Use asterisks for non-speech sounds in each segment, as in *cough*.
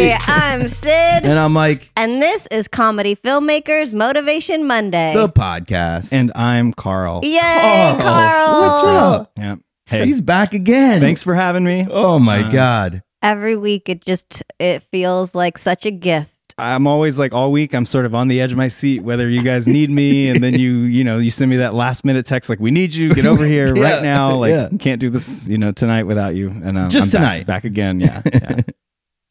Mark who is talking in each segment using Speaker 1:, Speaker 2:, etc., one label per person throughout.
Speaker 1: I'm Sid,
Speaker 2: And I'm like,
Speaker 1: and this is Comedy Filmmakers Motivation Monday.
Speaker 2: the podcast. Oh,
Speaker 3: And I'm Carl.
Speaker 1: Yay, Carl!
Speaker 2: What's up?
Speaker 3: Yeah. Hey,
Speaker 2: He's back again.
Speaker 3: thanks for having me.
Speaker 2: Oh my
Speaker 3: Uh,
Speaker 2: God.
Speaker 1: Every week, it just it feels like such a gift.
Speaker 3: I'm always like all week. I'm sort of on the edge of my seat, whether you guys need me, and then you,
Speaker 2: *laughs*
Speaker 3: you know, you send me that last minute text like, "We need you. Get over here
Speaker 2: Yeah,
Speaker 3: right now. Like,
Speaker 2: yeah.
Speaker 3: can't do this, you know, tonight without you." And um,
Speaker 2: Just
Speaker 3: I'm back-
Speaker 2: tonight.
Speaker 3: back, again. Yeah.
Speaker 2: *laughs*
Speaker 3: yeah.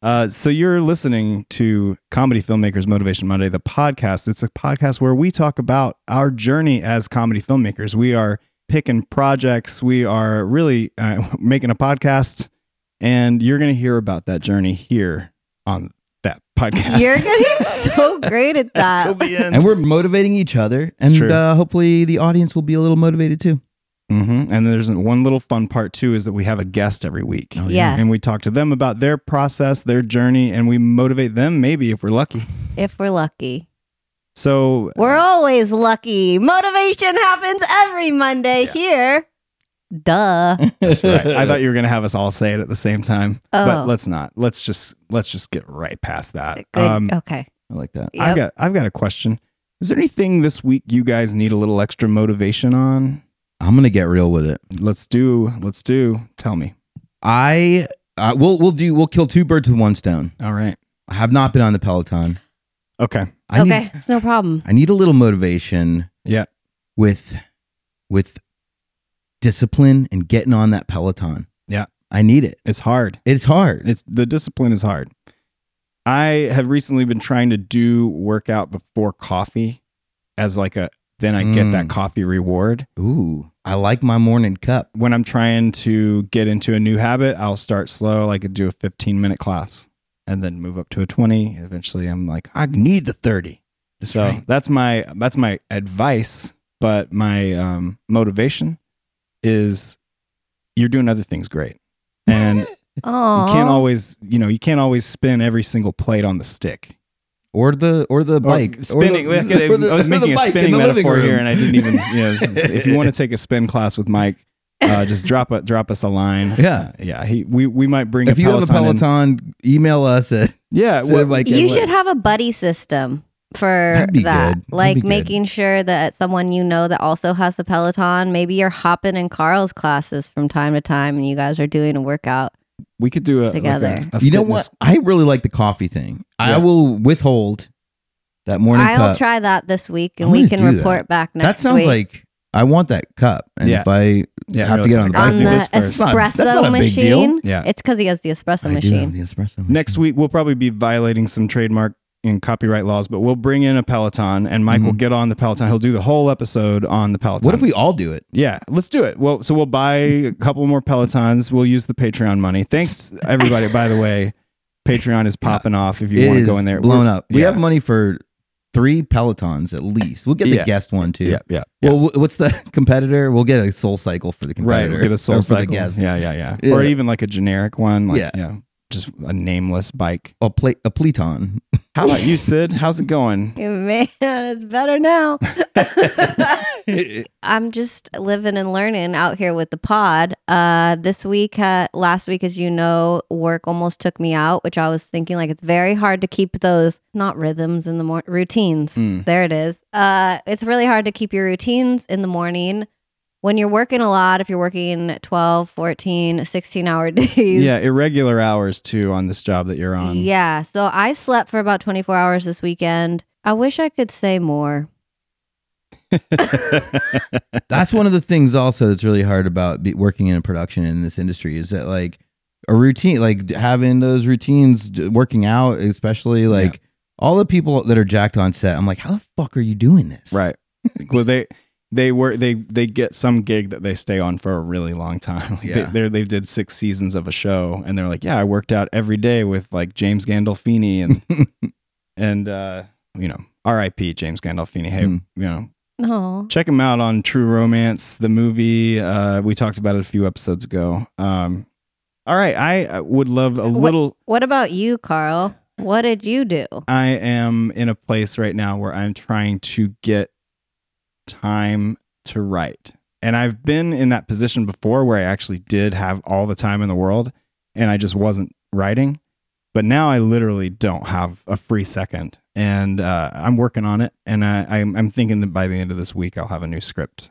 Speaker 3: uh, so you're listening to Comedy Filmmakers Motivation Monday, the podcast. It's a podcast where we talk about our journey as comedy filmmakers. We are picking projects. We are really uh, *laughs* making a podcast, and you're going to hear about that journey here on that podcast. *laughs*
Speaker 1: You're getting
Speaker 2: *laughs*
Speaker 1: so great at
Speaker 3: Till
Speaker 1: that.
Speaker 3: the end.
Speaker 2: And we're motivating each other. And
Speaker 3: true.
Speaker 2: uh, hopefully the audience will be a little motivated too.
Speaker 3: hmm And there's one little fun part too is that we have a guest every week.
Speaker 2: Oh, yeah.
Speaker 1: Yes,
Speaker 3: And we talk to them about their process, their journey, and we motivate them maybe if we're lucky.
Speaker 1: if we're lucky. *laughs*
Speaker 3: So
Speaker 1: We're always lucky. Motivation happens every Monday here.
Speaker 2: *laughs*
Speaker 1: Duh.
Speaker 3: that's right. I thought you were gonna have us all say it at the same time.
Speaker 1: Oh.
Speaker 3: But let's not. Let's just let's just get right past that. Um,
Speaker 1: Good.
Speaker 2: Um,
Speaker 1: okay.
Speaker 2: I like that.
Speaker 1: Yep.
Speaker 3: I've got I've got a question. Is there anything this week you guys need a little extra motivation on?
Speaker 2: I'm going to get real with it.
Speaker 3: Let's do let's do. Tell me.
Speaker 2: I, uh, we'll, we'll do, we'll kill two birds with one stone.
Speaker 3: All right.
Speaker 2: I have not been on the Peloton.
Speaker 3: Okay.
Speaker 2: I
Speaker 1: okay.
Speaker 2: Need,
Speaker 1: it's no problem.
Speaker 2: I need a little motivation
Speaker 3: Yeah.
Speaker 2: with, with discipline and getting on that Peloton.
Speaker 3: Yeah.
Speaker 2: I need it.
Speaker 3: It's hard.
Speaker 2: It's hard.
Speaker 3: It's the discipline is hard. I have recently been trying to do workout before coffee as like a then I get that
Speaker 2: Mm.
Speaker 3: coffee reward.
Speaker 2: Ooh, I like my morning cup.
Speaker 3: When I'm trying to get into a new habit, I'll start slow, like do a 15 minute class and then move up to a 20. Eventually I'm like, I need the 30.
Speaker 2: That's
Speaker 3: so
Speaker 2: right.
Speaker 3: that's my that's my advice, but my um, motivation is you're doing other things great. And
Speaker 1: Oh,
Speaker 3: you can't always you know you can't always spin every single plate on the stick
Speaker 2: Or the or the bike.
Speaker 3: or spinning
Speaker 2: Or the-
Speaker 3: look at
Speaker 2: *laughs*
Speaker 3: it,
Speaker 2: or the-
Speaker 3: i was
Speaker 2: or the
Speaker 3: making a
Speaker 2: bike in
Speaker 3: spinning
Speaker 2: the living
Speaker 3: metaphor here
Speaker 2: room.
Speaker 3: and i
Speaker 2: *laughs*
Speaker 3: didn't even you know, s- s- if you want to take a spin class with mike uh, just drop a, drop us a line
Speaker 2: *laughs* Yeah.
Speaker 3: yeah he, we, we might bring
Speaker 2: If
Speaker 3: a
Speaker 2: you
Speaker 3: peloton
Speaker 2: have a
Speaker 3: in.
Speaker 2: Peloton, email us at *laughs*
Speaker 3: yeah
Speaker 2: Instead
Speaker 3: well,
Speaker 2: of, like,
Speaker 1: you
Speaker 2: it-
Speaker 1: should have a buddy system for
Speaker 2: That'd be
Speaker 1: that.
Speaker 2: good. That'd be
Speaker 1: Like
Speaker 2: good.
Speaker 1: making sure that someone you know that also has the Peloton, maybe you're hopping in Carl's classes from time to time and you guys are doing a workout.
Speaker 3: we could do a, like a-
Speaker 1: Together.
Speaker 3: a
Speaker 2: You know
Speaker 3: fitness-
Speaker 2: what? I really like the coffee thing.
Speaker 3: Yeah.
Speaker 2: I will withhold that morning
Speaker 1: I'll
Speaker 2: cup.
Speaker 1: try that this week and
Speaker 2: I'm
Speaker 1: we
Speaker 2: gonna
Speaker 1: can
Speaker 2: do that.
Speaker 1: report back next
Speaker 2: that sounds
Speaker 1: week.
Speaker 2: like I want that cup. And
Speaker 3: Yeah.
Speaker 2: if I
Speaker 3: yeah
Speaker 2: have to
Speaker 3: really,
Speaker 2: get on the
Speaker 3: I
Speaker 2: bike.
Speaker 1: on
Speaker 3: do
Speaker 1: the
Speaker 3: this
Speaker 2: It's not-
Speaker 1: espresso
Speaker 2: that's not a big deal.
Speaker 1: machine.
Speaker 3: Yeah.
Speaker 1: It's because he has the espresso
Speaker 2: I do have
Speaker 1: machine.
Speaker 2: the espresso machine.
Speaker 3: next week we'll probably be violating some trademark and copyright laws but we'll bring in a peloton and mike will
Speaker 2: Mhm.
Speaker 3: get on the peloton he'll do the whole episode on the peloton
Speaker 2: What if we all do it?
Speaker 3: Yeah, let's do it. Well, so we'll buy a couple more Pelotons. We'll use the Patreon money. Thanks, everybody. by the way, Patreon is popping off. If you
Speaker 2: It
Speaker 3: want to
Speaker 2: is
Speaker 3: go in there,
Speaker 2: blown
Speaker 3: We're-
Speaker 2: up. We
Speaker 3: yeah,
Speaker 2: have money for three Pelotons at least. We'll get the
Speaker 3: Yeah.
Speaker 2: guest one too.
Speaker 3: Yeah, yeah. yeah.
Speaker 2: Well, wh- what's the *laughs* competitor? We'll get a soul cycle for the
Speaker 3: right.
Speaker 2: competitor.
Speaker 3: We'll get a
Speaker 2: or
Speaker 3: soul
Speaker 2: for the
Speaker 3: cycle.
Speaker 2: guest.
Speaker 3: Yeah, yeah, yeah,
Speaker 2: Yeah.
Speaker 3: Or even like a generic one. Like, yeah.
Speaker 2: Yeah.
Speaker 3: Just a nameless bike.
Speaker 2: A pla a
Speaker 3: *laughs*
Speaker 2: pleton.
Speaker 3: How about you, Sid? How's it going?
Speaker 1: *laughs* Man, it's better now. I'm just living and learning out here with the pod. Uh, this week, uh, last week, as you know, work almost took me out, which I was thinking like it's very hard to keep those not rhythms in the morning routines.
Speaker 3: Mm.
Speaker 1: There it is. Uh, it's really hard to keep your routines in the morning when you're working a lot. If you're working 12, 14, 16 hour *laughs* days,
Speaker 3: Yeah, irregular hours too on this job that you're on.
Speaker 1: yeah. So I slept for about 24 hours this weekend. I wish I could say more.
Speaker 2: that's one of the things also that's really hard about be, working in production in this industry is that like a routine like d- having those routines d- working out especially like all the people that are jacked on set i'm like how the fuck are you doing this
Speaker 3: Right. well, they they were they they get some gig that they stay on for a really long time. *laughs* Like they,
Speaker 2: Yeah.
Speaker 3: they're- they've did six seasons of a show, and they're like, yeah, I worked out every day with like James Gandolfini and and uh, you know, R.I.P. James Gandolfini. Hey,
Speaker 2: Mm.
Speaker 3: you know,
Speaker 1: Oh,
Speaker 3: check him out on True Romance, the movie. Uh, we talked about it a few episodes ago. Um, all right, I uh, would love a little.
Speaker 1: what about you, Carl? What did you do?
Speaker 3: I am in a place right now where I'm trying to get time to write. And I've been in that position before where I actually did have all the time in the world and I just wasn't writing. But now I literally don't have a free second, and uh, I'm working on it. And I, I'm, I'm thinking that by the end of this week I'll have a new script.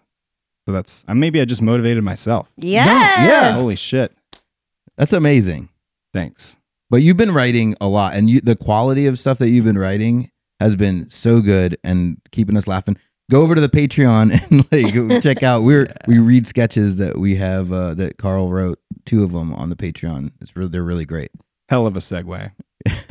Speaker 3: So that's uh, maybe I just motivated myself.
Speaker 1: Yes.
Speaker 2: yeah.
Speaker 3: Holy shit!
Speaker 2: That's amazing.
Speaker 3: Thanks.
Speaker 2: But you've been writing a lot, and you, the quality of stuff that you've been writing has been so good and keeping us laughing. Go over to the Patreon *laughs* and like check out.
Speaker 3: *laughs*
Speaker 2: We're we read sketches that we have uh, that Carl wrote. Two of them on the Patreon. It's really they're really great.
Speaker 3: Hell of a segue. I,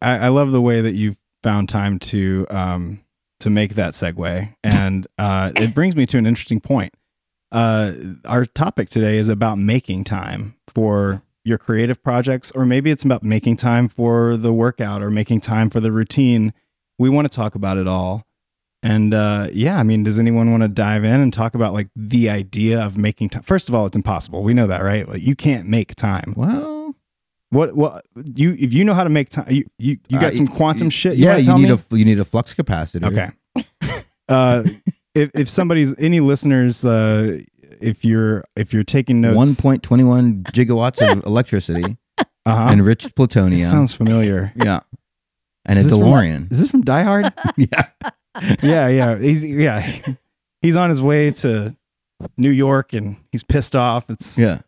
Speaker 3: I love the way that you've found time to um, to make that segue, and uh, it brings me to an interesting point. Uh, our topic today is about making time for your creative projects, or maybe it's about making time for the workout or making time for the routine. We want to talk about it all, and uh, yeah, I mean, does anyone want to dive in and talk about like the idea of making time? First of all, it's impossible. We know that, right? Like, you can't make time.
Speaker 2: Well,
Speaker 3: What? What? You? If you know how to make time, you you, you got
Speaker 2: Uh,
Speaker 3: some quantum
Speaker 2: you-
Speaker 3: shit.
Speaker 2: yeah,
Speaker 3: wanna
Speaker 2: you
Speaker 3: tell
Speaker 2: need
Speaker 3: me?
Speaker 2: a you need a flux capacitor.
Speaker 3: Okay. *laughs* uh, if if somebody's any listeners, uh, if you're if you're taking notes,
Speaker 2: one point twenty one gigawatts
Speaker 3: *laughs*
Speaker 2: of electricity,
Speaker 3: uh-huh,
Speaker 2: enriched
Speaker 3: This
Speaker 2: plutonium. *laughs*
Speaker 3: sounds familiar.
Speaker 2: yeah, and a
Speaker 3: Is this from-
Speaker 2: DeLorean. *laughs*
Speaker 3: Is this from Die Hard?
Speaker 2: yeah,
Speaker 3: *laughs* yeah, yeah. He's yeah, he's on his way to New York and he's pissed off. It's
Speaker 2: yeah.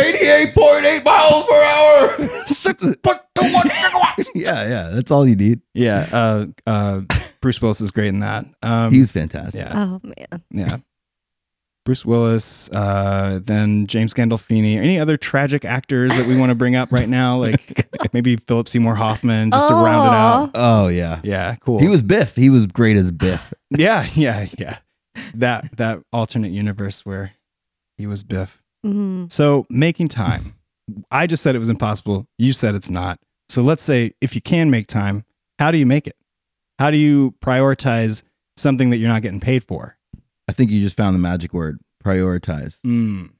Speaker 2: Eighty-eight point eight miles per
Speaker 3: *laughs*
Speaker 2: hour, six point two one gigawatts. *laughs* Yeah, yeah, that's all you need.
Speaker 3: yeah. Uh, uh, Bruce Willis is great in that. Um,
Speaker 2: He's fantastic.
Speaker 3: yeah.
Speaker 1: Oh man.
Speaker 3: Yeah. Bruce Willis, uh, then James Gandolfini. Any other tragic actors that we want to bring up right now?
Speaker 2: *laughs*
Speaker 3: Like maybe Philip Seymour Hoffman, just to round it out.
Speaker 2: Oh yeah.
Speaker 3: Yeah, cool.
Speaker 2: He was Biff. He was great as Biff.
Speaker 3: yeah, *laughs* yeah, yeah. That that alternate universe where he was Biff.
Speaker 1: Mm.
Speaker 3: So making time. I just said it was impossible. You said it's not. So let's say if you can make time, how do you make it? How do you prioritize something that you're not getting paid for?
Speaker 2: I think you just found the magic word: prioritize.
Speaker 3: Mm.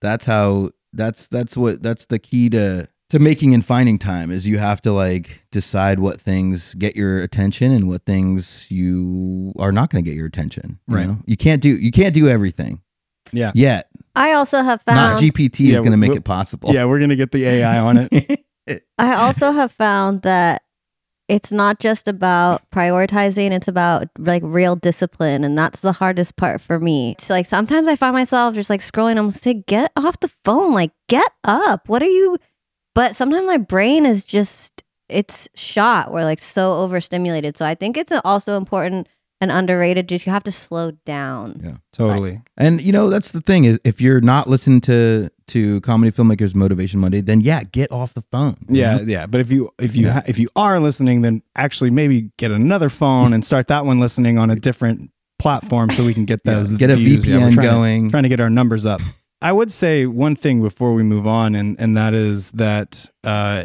Speaker 2: That's how. That's that's what. That's the key to to making and finding time is you have to like decide what things get your attention and what things you are not going to get your attention. you
Speaker 3: Right.
Speaker 2: know? You can't do you can't do everything
Speaker 3: Yeah.
Speaker 2: yet.
Speaker 1: I also have
Speaker 2: not
Speaker 1: found
Speaker 2: GPT
Speaker 3: Yeah,
Speaker 2: is going to make
Speaker 3: we'll-
Speaker 2: it possible.
Speaker 3: Yeah, we're gonna get the AI on
Speaker 2: *laughs*
Speaker 3: it.
Speaker 1: I also have found that it's not just about prioritizing, it's about like real discipline. And that's the hardest part for me. It's like sometimes I find myself just like scrolling, I'm just like, get off the phone, like, get up. What are you? But sometimes my brain is just, it's shot. We're like so overstimulated. So I think it's also important and underrated. Just you have to slow down.
Speaker 2: Yeah.
Speaker 3: Totally.
Speaker 2: And you know that's the thing is if you're not listening to to comedy filmmakers Motivation Monday, then yeah, get off the phone. you
Speaker 3: Yeah,
Speaker 2: know?
Speaker 3: yeah. But if you if you
Speaker 2: Yeah.
Speaker 3: ha- if you are listening, then actually maybe get another phone and start that one listening on a different platform so we can get
Speaker 2: Yeah,
Speaker 3: those
Speaker 2: get a
Speaker 3: views. Yeah, we're
Speaker 2: VPN
Speaker 3: trying to-
Speaker 2: going.
Speaker 3: trying to get our numbers up. I would say one thing before we move on, and and that is that uh,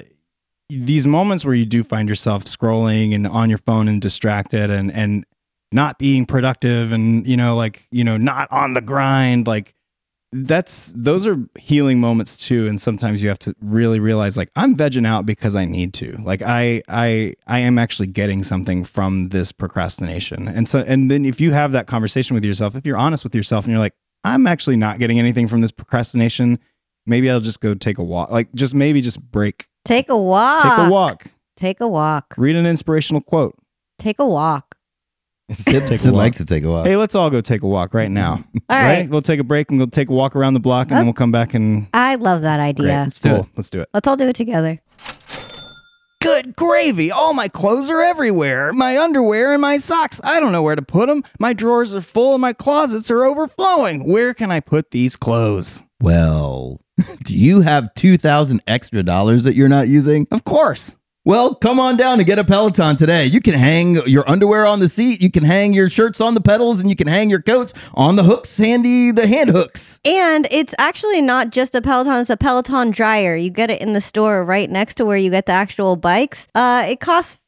Speaker 3: these moments where you do find yourself scrolling and on your phone and distracted and and not being productive and you know like you know not on the grind like that's those are healing moments too and sometimes you have to really realize like i'm vegging out because i need to like i i i am actually getting something from this procrastination and so and then if you have that conversation with yourself if you're honest with yourself and you're like i'm actually not getting anything from this procrastination maybe i'll just go take a walk like just maybe just break
Speaker 1: Take a walk.
Speaker 3: take a walk
Speaker 1: Take a walk.
Speaker 3: read an inspirational quote
Speaker 1: Take a walk.
Speaker 2: Sid,
Speaker 3: Take a
Speaker 2: Sid
Speaker 3: walk.
Speaker 2: likes to take a walk.
Speaker 3: hey let's all go take a walk right now
Speaker 1: *laughs* All right.
Speaker 3: we'll take a break and we'll take a walk around the block and then
Speaker 1: Up.
Speaker 3: we'll come back and
Speaker 1: I love that idea.
Speaker 2: Let's do it.
Speaker 3: Cool. let's do it
Speaker 1: Let's all do it together.
Speaker 3: Good gravy! All my clothes are everywhere. My underwear and my socks. I don't know where to put them. My drawers are full and my closets are overflowing. Where can I put these clothes?
Speaker 2: Well, *laughs* do you have 2000 extra dollars that you're not using?
Speaker 3: Of course.
Speaker 2: Well, come on down and get a Peloton today. You can hang your underwear on the seat, you can hang your shirts on the pedals, and you can hang your coats on the hooks, Sandy, the hand hooks.
Speaker 1: And it's actually not just a Peloton, it's a Peloton dryer. You get it in the store right next to where you get the actual bikes. Uh, it costs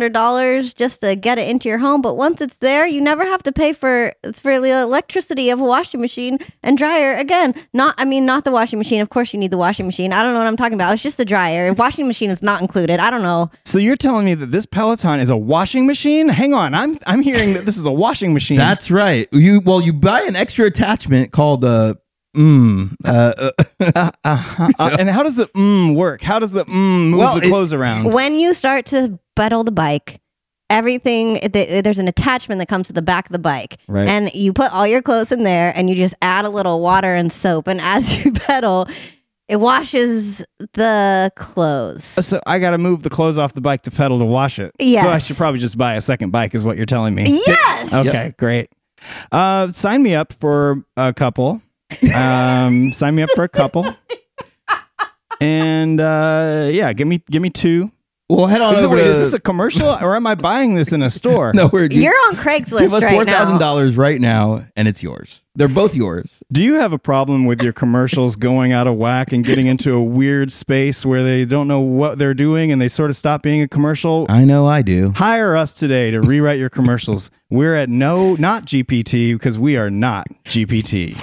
Speaker 1: $500 just to get it into your home, but once it's there, you never have to pay for for the electricity of a washing machine and dryer again. Not I mean not the washing machine. Of course you need the washing machine. I don't know what I'm talking about. It's just the dryer. Washing machine is not included. I don't know.
Speaker 3: So you're telling me that this Peloton is a washing machine? Hang on, I'm I'm hearing that this is a washing machine.
Speaker 2: That's right. You well, you buy an extra attachment called the mm, uh, uh,
Speaker 3: Uh, uh, uh, and how does the mm work? How does the mm move
Speaker 2: Well,
Speaker 3: the
Speaker 2: it-
Speaker 3: clothes around?
Speaker 1: when you start to pedal the bike everything th- there's an attachment that comes to the back of the bike
Speaker 3: Right.
Speaker 1: and you put all your clothes in there and you just add a little water and soap and as you *laughs* pedal it washes the clothes
Speaker 3: so I got to move the clothes off the bike to pedal to wash it.
Speaker 1: Yes.
Speaker 3: So I should probably just buy a second bike, is what you're telling me.
Speaker 1: yes
Speaker 3: Okay, great. Uh, sign me up for a couple. Um, *laughs* sign me up for a couple. And uh, yeah, give me give me two.
Speaker 2: well, head on
Speaker 3: Is it,
Speaker 2: over
Speaker 3: wait,
Speaker 2: to,
Speaker 3: is this a commercial or am I buying this in a store?
Speaker 2: *laughs* no, we're,
Speaker 1: you're on craigslist
Speaker 2: give us
Speaker 1: right now
Speaker 2: $4,000 right now and it's yours. They're both yours.
Speaker 3: Do you have a problem with your commercials going out of whack and getting into a weird space where they don't know what they're doing and they sort of stop being a commercial?
Speaker 2: I know I do.
Speaker 3: Hire us today to rewrite your commercials. We're at no, not GPT, because we are not GPT.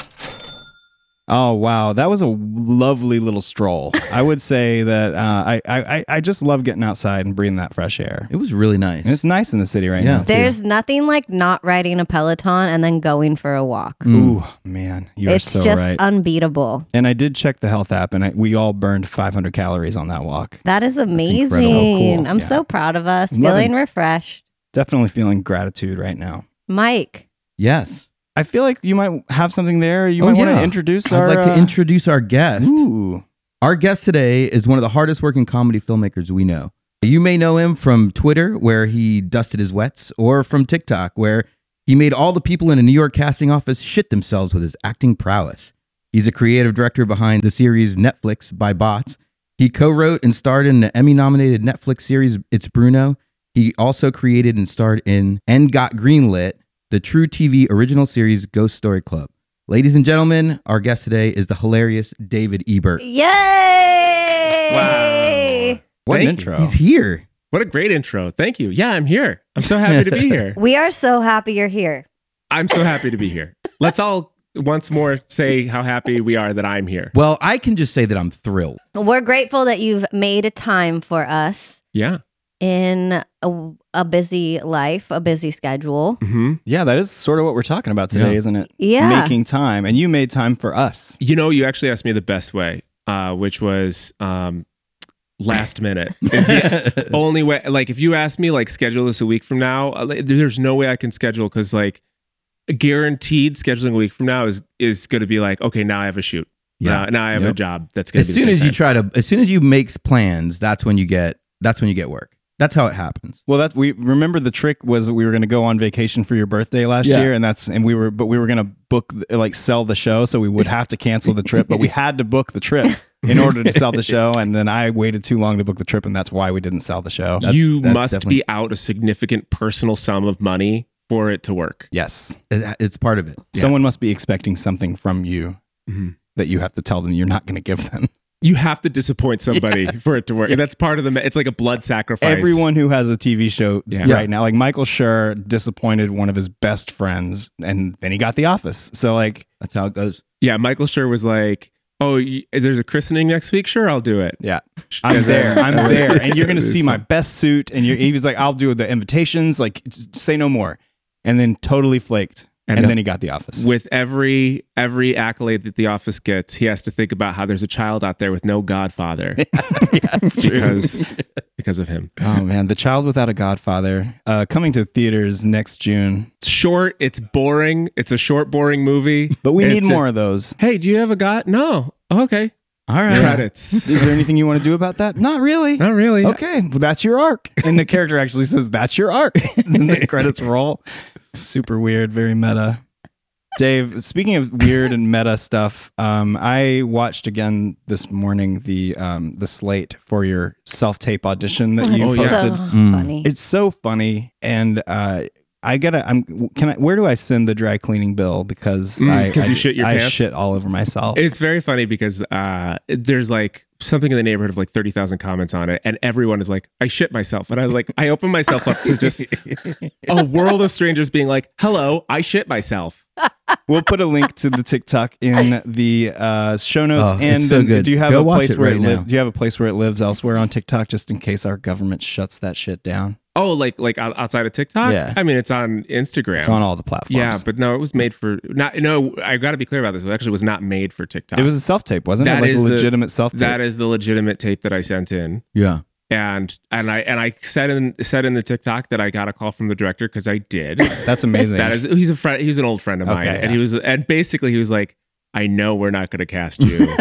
Speaker 3: Oh wow, that was a lovely little stroll. I would say that uh, I, I I- I just love getting outside and breathing that fresh air.
Speaker 2: It was really nice.
Speaker 3: And it's nice in the city right
Speaker 2: Yeah.
Speaker 3: now. too.
Speaker 1: there's nothing like not riding a peloton and then going for a walk
Speaker 3: Ooh man, you
Speaker 1: it's
Speaker 3: are Mm, so
Speaker 1: just
Speaker 3: right.
Speaker 1: unbeatable
Speaker 3: and I did check the health app, and I, we all burned 500 calories on that walk.
Speaker 1: that is amazing
Speaker 3: incredible.
Speaker 1: i'm
Speaker 3: Yeah.
Speaker 1: so proud of us
Speaker 3: Loving-
Speaker 1: feeling refreshed
Speaker 3: Definitely feeling gratitude right now.
Speaker 1: mike
Speaker 2: yes.
Speaker 3: I feel like you might have something there. You
Speaker 2: Oh,
Speaker 3: might want
Speaker 2: yeah.
Speaker 3: to introduce
Speaker 2: I'd
Speaker 3: our.
Speaker 2: like to
Speaker 3: uh,
Speaker 2: introduce our guest.
Speaker 3: Ooh.
Speaker 2: Our guest today is one of the hardest working comedy filmmakers we know. You may know him from Twitter, where he dusted his wets, or from TikTok, where he made all the people in a New York casting office shit themselves with his acting prowess. He's a creative director behind the series Netflix by Bots. He co wrote and starred in the Emmy nominated Netflix series It's Bruno. He also created and starred in and got greenlit the true TV original series Ghost Story Club. Ladies and gentlemen, our guest today is the hilarious David Ebert.
Speaker 1: Yay!
Speaker 4: Wow.
Speaker 3: What an
Speaker 4: Thank you.
Speaker 3: intro.
Speaker 2: He's here.
Speaker 4: What a great intro. Thank you. Yeah, I'm here. I'm so happy
Speaker 3: *laughs*
Speaker 4: to
Speaker 2: *laughs*
Speaker 4: be here.
Speaker 1: We are so happy you're here.
Speaker 4: I'm so happy to be here. Let's all once more say how happy we are that I'm here.
Speaker 2: Well, I can just say that I'm thrilled.
Speaker 1: We're grateful that you've made a time for us
Speaker 4: Yeah.
Speaker 1: in a, a busy life, a busy schedule.
Speaker 4: hmm
Speaker 3: Yeah, that is sort of what we're talking about today,
Speaker 2: Yeah.
Speaker 3: isn't it?
Speaker 1: Yeah.
Speaker 3: Making time. And you made time for us.
Speaker 4: You know, you actually asked me the best way, uh, which was um, last minute.
Speaker 2: *laughs*
Speaker 4: Is the only way. Like, if you ask me, like, schedule this a week from now, uh, like, there's no way I can schedule because, like, guaranteed scheduling a week from now is is going to be like, okay, now I have a shoot.
Speaker 2: Yeah.
Speaker 4: Now, now I have a
Speaker 2: Yep.
Speaker 4: job that's going to
Speaker 2: As
Speaker 4: be.
Speaker 2: soon
Speaker 4: the
Speaker 2: as
Speaker 4: same
Speaker 2: you try
Speaker 4: time.
Speaker 2: to, as soon as you make plans, that's when you get, that's when you get work. That's how it happens.
Speaker 3: Well, that's we remember the trick was that we were going to go on vacation for your birthday last
Speaker 2: Yeah.
Speaker 3: year, and that's and we were but we were going to book the- like sell the show, so we would have to cancel the trip, but we had to book the trip in order to sell the show, and then I waited too long to book the trip, and that's why we didn't sell the show.
Speaker 2: That's-
Speaker 4: you
Speaker 2: that's
Speaker 4: must
Speaker 2: definitely-
Speaker 4: be out a significant personal sum of money for it to work.
Speaker 3: Yes,
Speaker 2: It- It's part of it.
Speaker 4: Yeah.
Speaker 3: someone must be expecting something from you
Speaker 4: Mhm.
Speaker 3: that you have to tell them you're not going to give them.
Speaker 4: You have to disappoint
Speaker 3: *laughs*
Speaker 4: somebody for it to work. That's part of the. It's like a blood sacrifice.
Speaker 3: Everyone who has a TV show
Speaker 4: Yeah.
Speaker 2: Yeah.
Speaker 3: right now, like Michael Schur, disappointed one of his best friends, and then he got The Office. So like,
Speaker 2: That's how it goes.
Speaker 4: Yeah, Michael Schur was like, "Oh, y- there's a christening next week. Sure, I'll do it.
Speaker 3: yeah. I'm there. *laughs* I'm there. And you're going to see my best suit. And, you're, and he was like, I'll do the invitations. Like, just say no more. And then totally flaked. And,
Speaker 4: And-
Speaker 3: then he got the office.
Speaker 4: *laughs* With every every accolade that The Office gets, he has to think about how there's a child out there with no
Speaker 3: *laughs*
Speaker 4: godfather because because of him.
Speaker 3: oh, man. The Child Without a Godfather uh, coming to theaters next June.
Speaker 4: It's short. It's boring. It's a short, boring movie.
Speaker 3: But we
Speaker 4: It's
Speaker 3: need
Speaker 4: a-
Speaker 3: more of those.
Speaker 4: hey, do you have a god? No. Okay.
Speaker 2: All right.
Speaker 4: Credits.
Speaker 3: Is there anything you want to do about that? *laughs* Not really.
Speaker 4: Not really.
Speaker 3: Okay. Well, that's your
Speaker 4: *laughs*
Speaker 3: arc. And the character actually says, That's your arc. *laughs* and then the credits roll. Super weird, very meta. Dave, speaking of weird and meta stuff, um, I watched again this morning the um, the slate for your self tape audition that you
Speaker 1: It's
Speaker 4: yeah.
Speaker 1: Oh, so
Speaker 3: posted.
Speaker 2: Mm.
Speaker 1: funny.
Speaker 3: It's so funny, and uh, I gotta. I'm. Can I? Where do I send the dry cleaning bill? Because
Speaker 4: Mm,
Speaker 3: I,
Speaker 4: 'cause
Speaker 3: I,
Speaker 4: you shit your
Speaker 3: I
Speaker 4: pants?
Speaker 3: shit all over myself.
Speaker 4: It's very funny because uh, there's like something in the neighborhood of like 30,000 comments on it, and everyone is like, I shit myself. And I was like, I open myself up to just a world of strangers being like, hello, I shit myself.
Speaker 3: We'll put a link to the TikTok in the uh, show notes.
Speaker 2: Oh, it's
Speaker 3: and
Speaker 2: so
Speaker 3: then
Speaker 2: good.
Speaker 3: do you have
Speaker 2: Go
Speaker 3: a
Speaker 2: watch
Speaker 3: place
Speaker 2: it
Speaker 3: where
Speaker 2: right
Speaker 3: it
Speaker 2: now.
Speaker 3: lives? Do you have a place where it lives elsewhere on TikTok, just in case our government shuts that shit down?
Speaker 4: Oh, like like out- outside of TikTok.
Speaker 3: Yeah.
Speaker 4: I mean, it's on Instagram.
Speaker 3: It's on all the platforms.
Speaker 4: yeah, but no, it was made for not. No, I got to be clear about this. It actually was not made for TikTok.
Speaker 3: it was a self tape, wasn't
Speaker 4: That
Speaker 3: it? Like
Speaker 4: is
Speaker 3: a
Speaker 4: the-
Speaker 3: legitimate self tape.
Speaker 4: that is the legitimate tape that I sent in.
Speaker 2: Yeah.
Speaker 4: and and I and I said in said in the TikTok that I got a call from the director because
Speaker 3: *laughs*
Speaker 4: I did.
Speaker 3: That's amazing.
Speaker 4: that is he's a friend he's an old friend of mine,
Speaker 3: Okay,
Speaker 4: and
Speaker 3: yeah.
Speaker 4: he was and basically he was like, I know we're not going to cast you
Speaker 3: *laughs*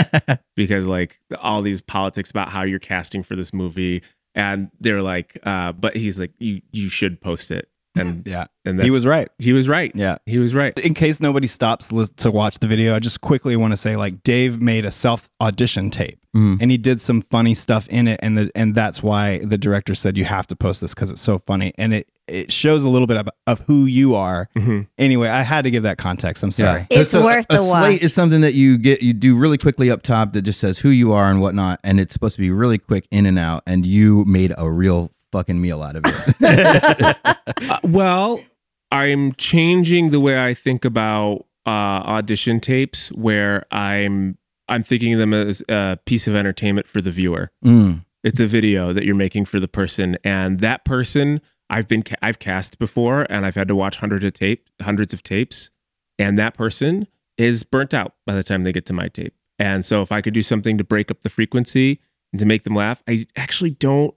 Speaker 4: because like all these politics about how you're casting for this movie, and they're like, uh, but he's like, you you should post it, and
Speaker 3: yeah.
Speaker 4: and
Speaker 3: He
Speaker 4: that's-
Speaker 3: was right.
Speaker 4: he was right,
Speaker 3: Yeah.
Speaker 4: he was right.
Speaker 3: In case nobody stops lis- to watch the video, I just quickly want to say like Dave made a self audition tape
Speaker 2: Mm.
Speaker 3: and he did some funny stuff in it and the, and that's why the director said you have to post this cuz it's so funny and it it shows a little bit of, of who you are.
Speaker 2: Mm-hmm.
Speaker 4: Mhm.
Speaker 3: Anyway, I had to give that context. I'm sorry.
Speaker 1: Yeah. It's
Speaker 2: a-
Speaker 1: worth
Speaker 2: a
Speaker 1: the watch.
Speaker 2: slate is something that you get you do really quickly up top that just says who you are and whatnot, and it's supposed to be really quick in and out, and you made a real fucking meal out of it. *laughs*
Speaker 4: Uh, well, I'm changing the way I think about uh, audition tapes, where I'm I'm thinking of them as a piece of entertainment for the viewer.
Speaker 2: Mm.
Speaker 4: It's a video that you're making for the person, and that person I've been ca- I've cast before, and I've had to watch hundreds of tape hundreds of tapes, and that person is burnt out by the time they get to my tape. And so, if I could do something to break up the frequency and to make them laugh, I actually don't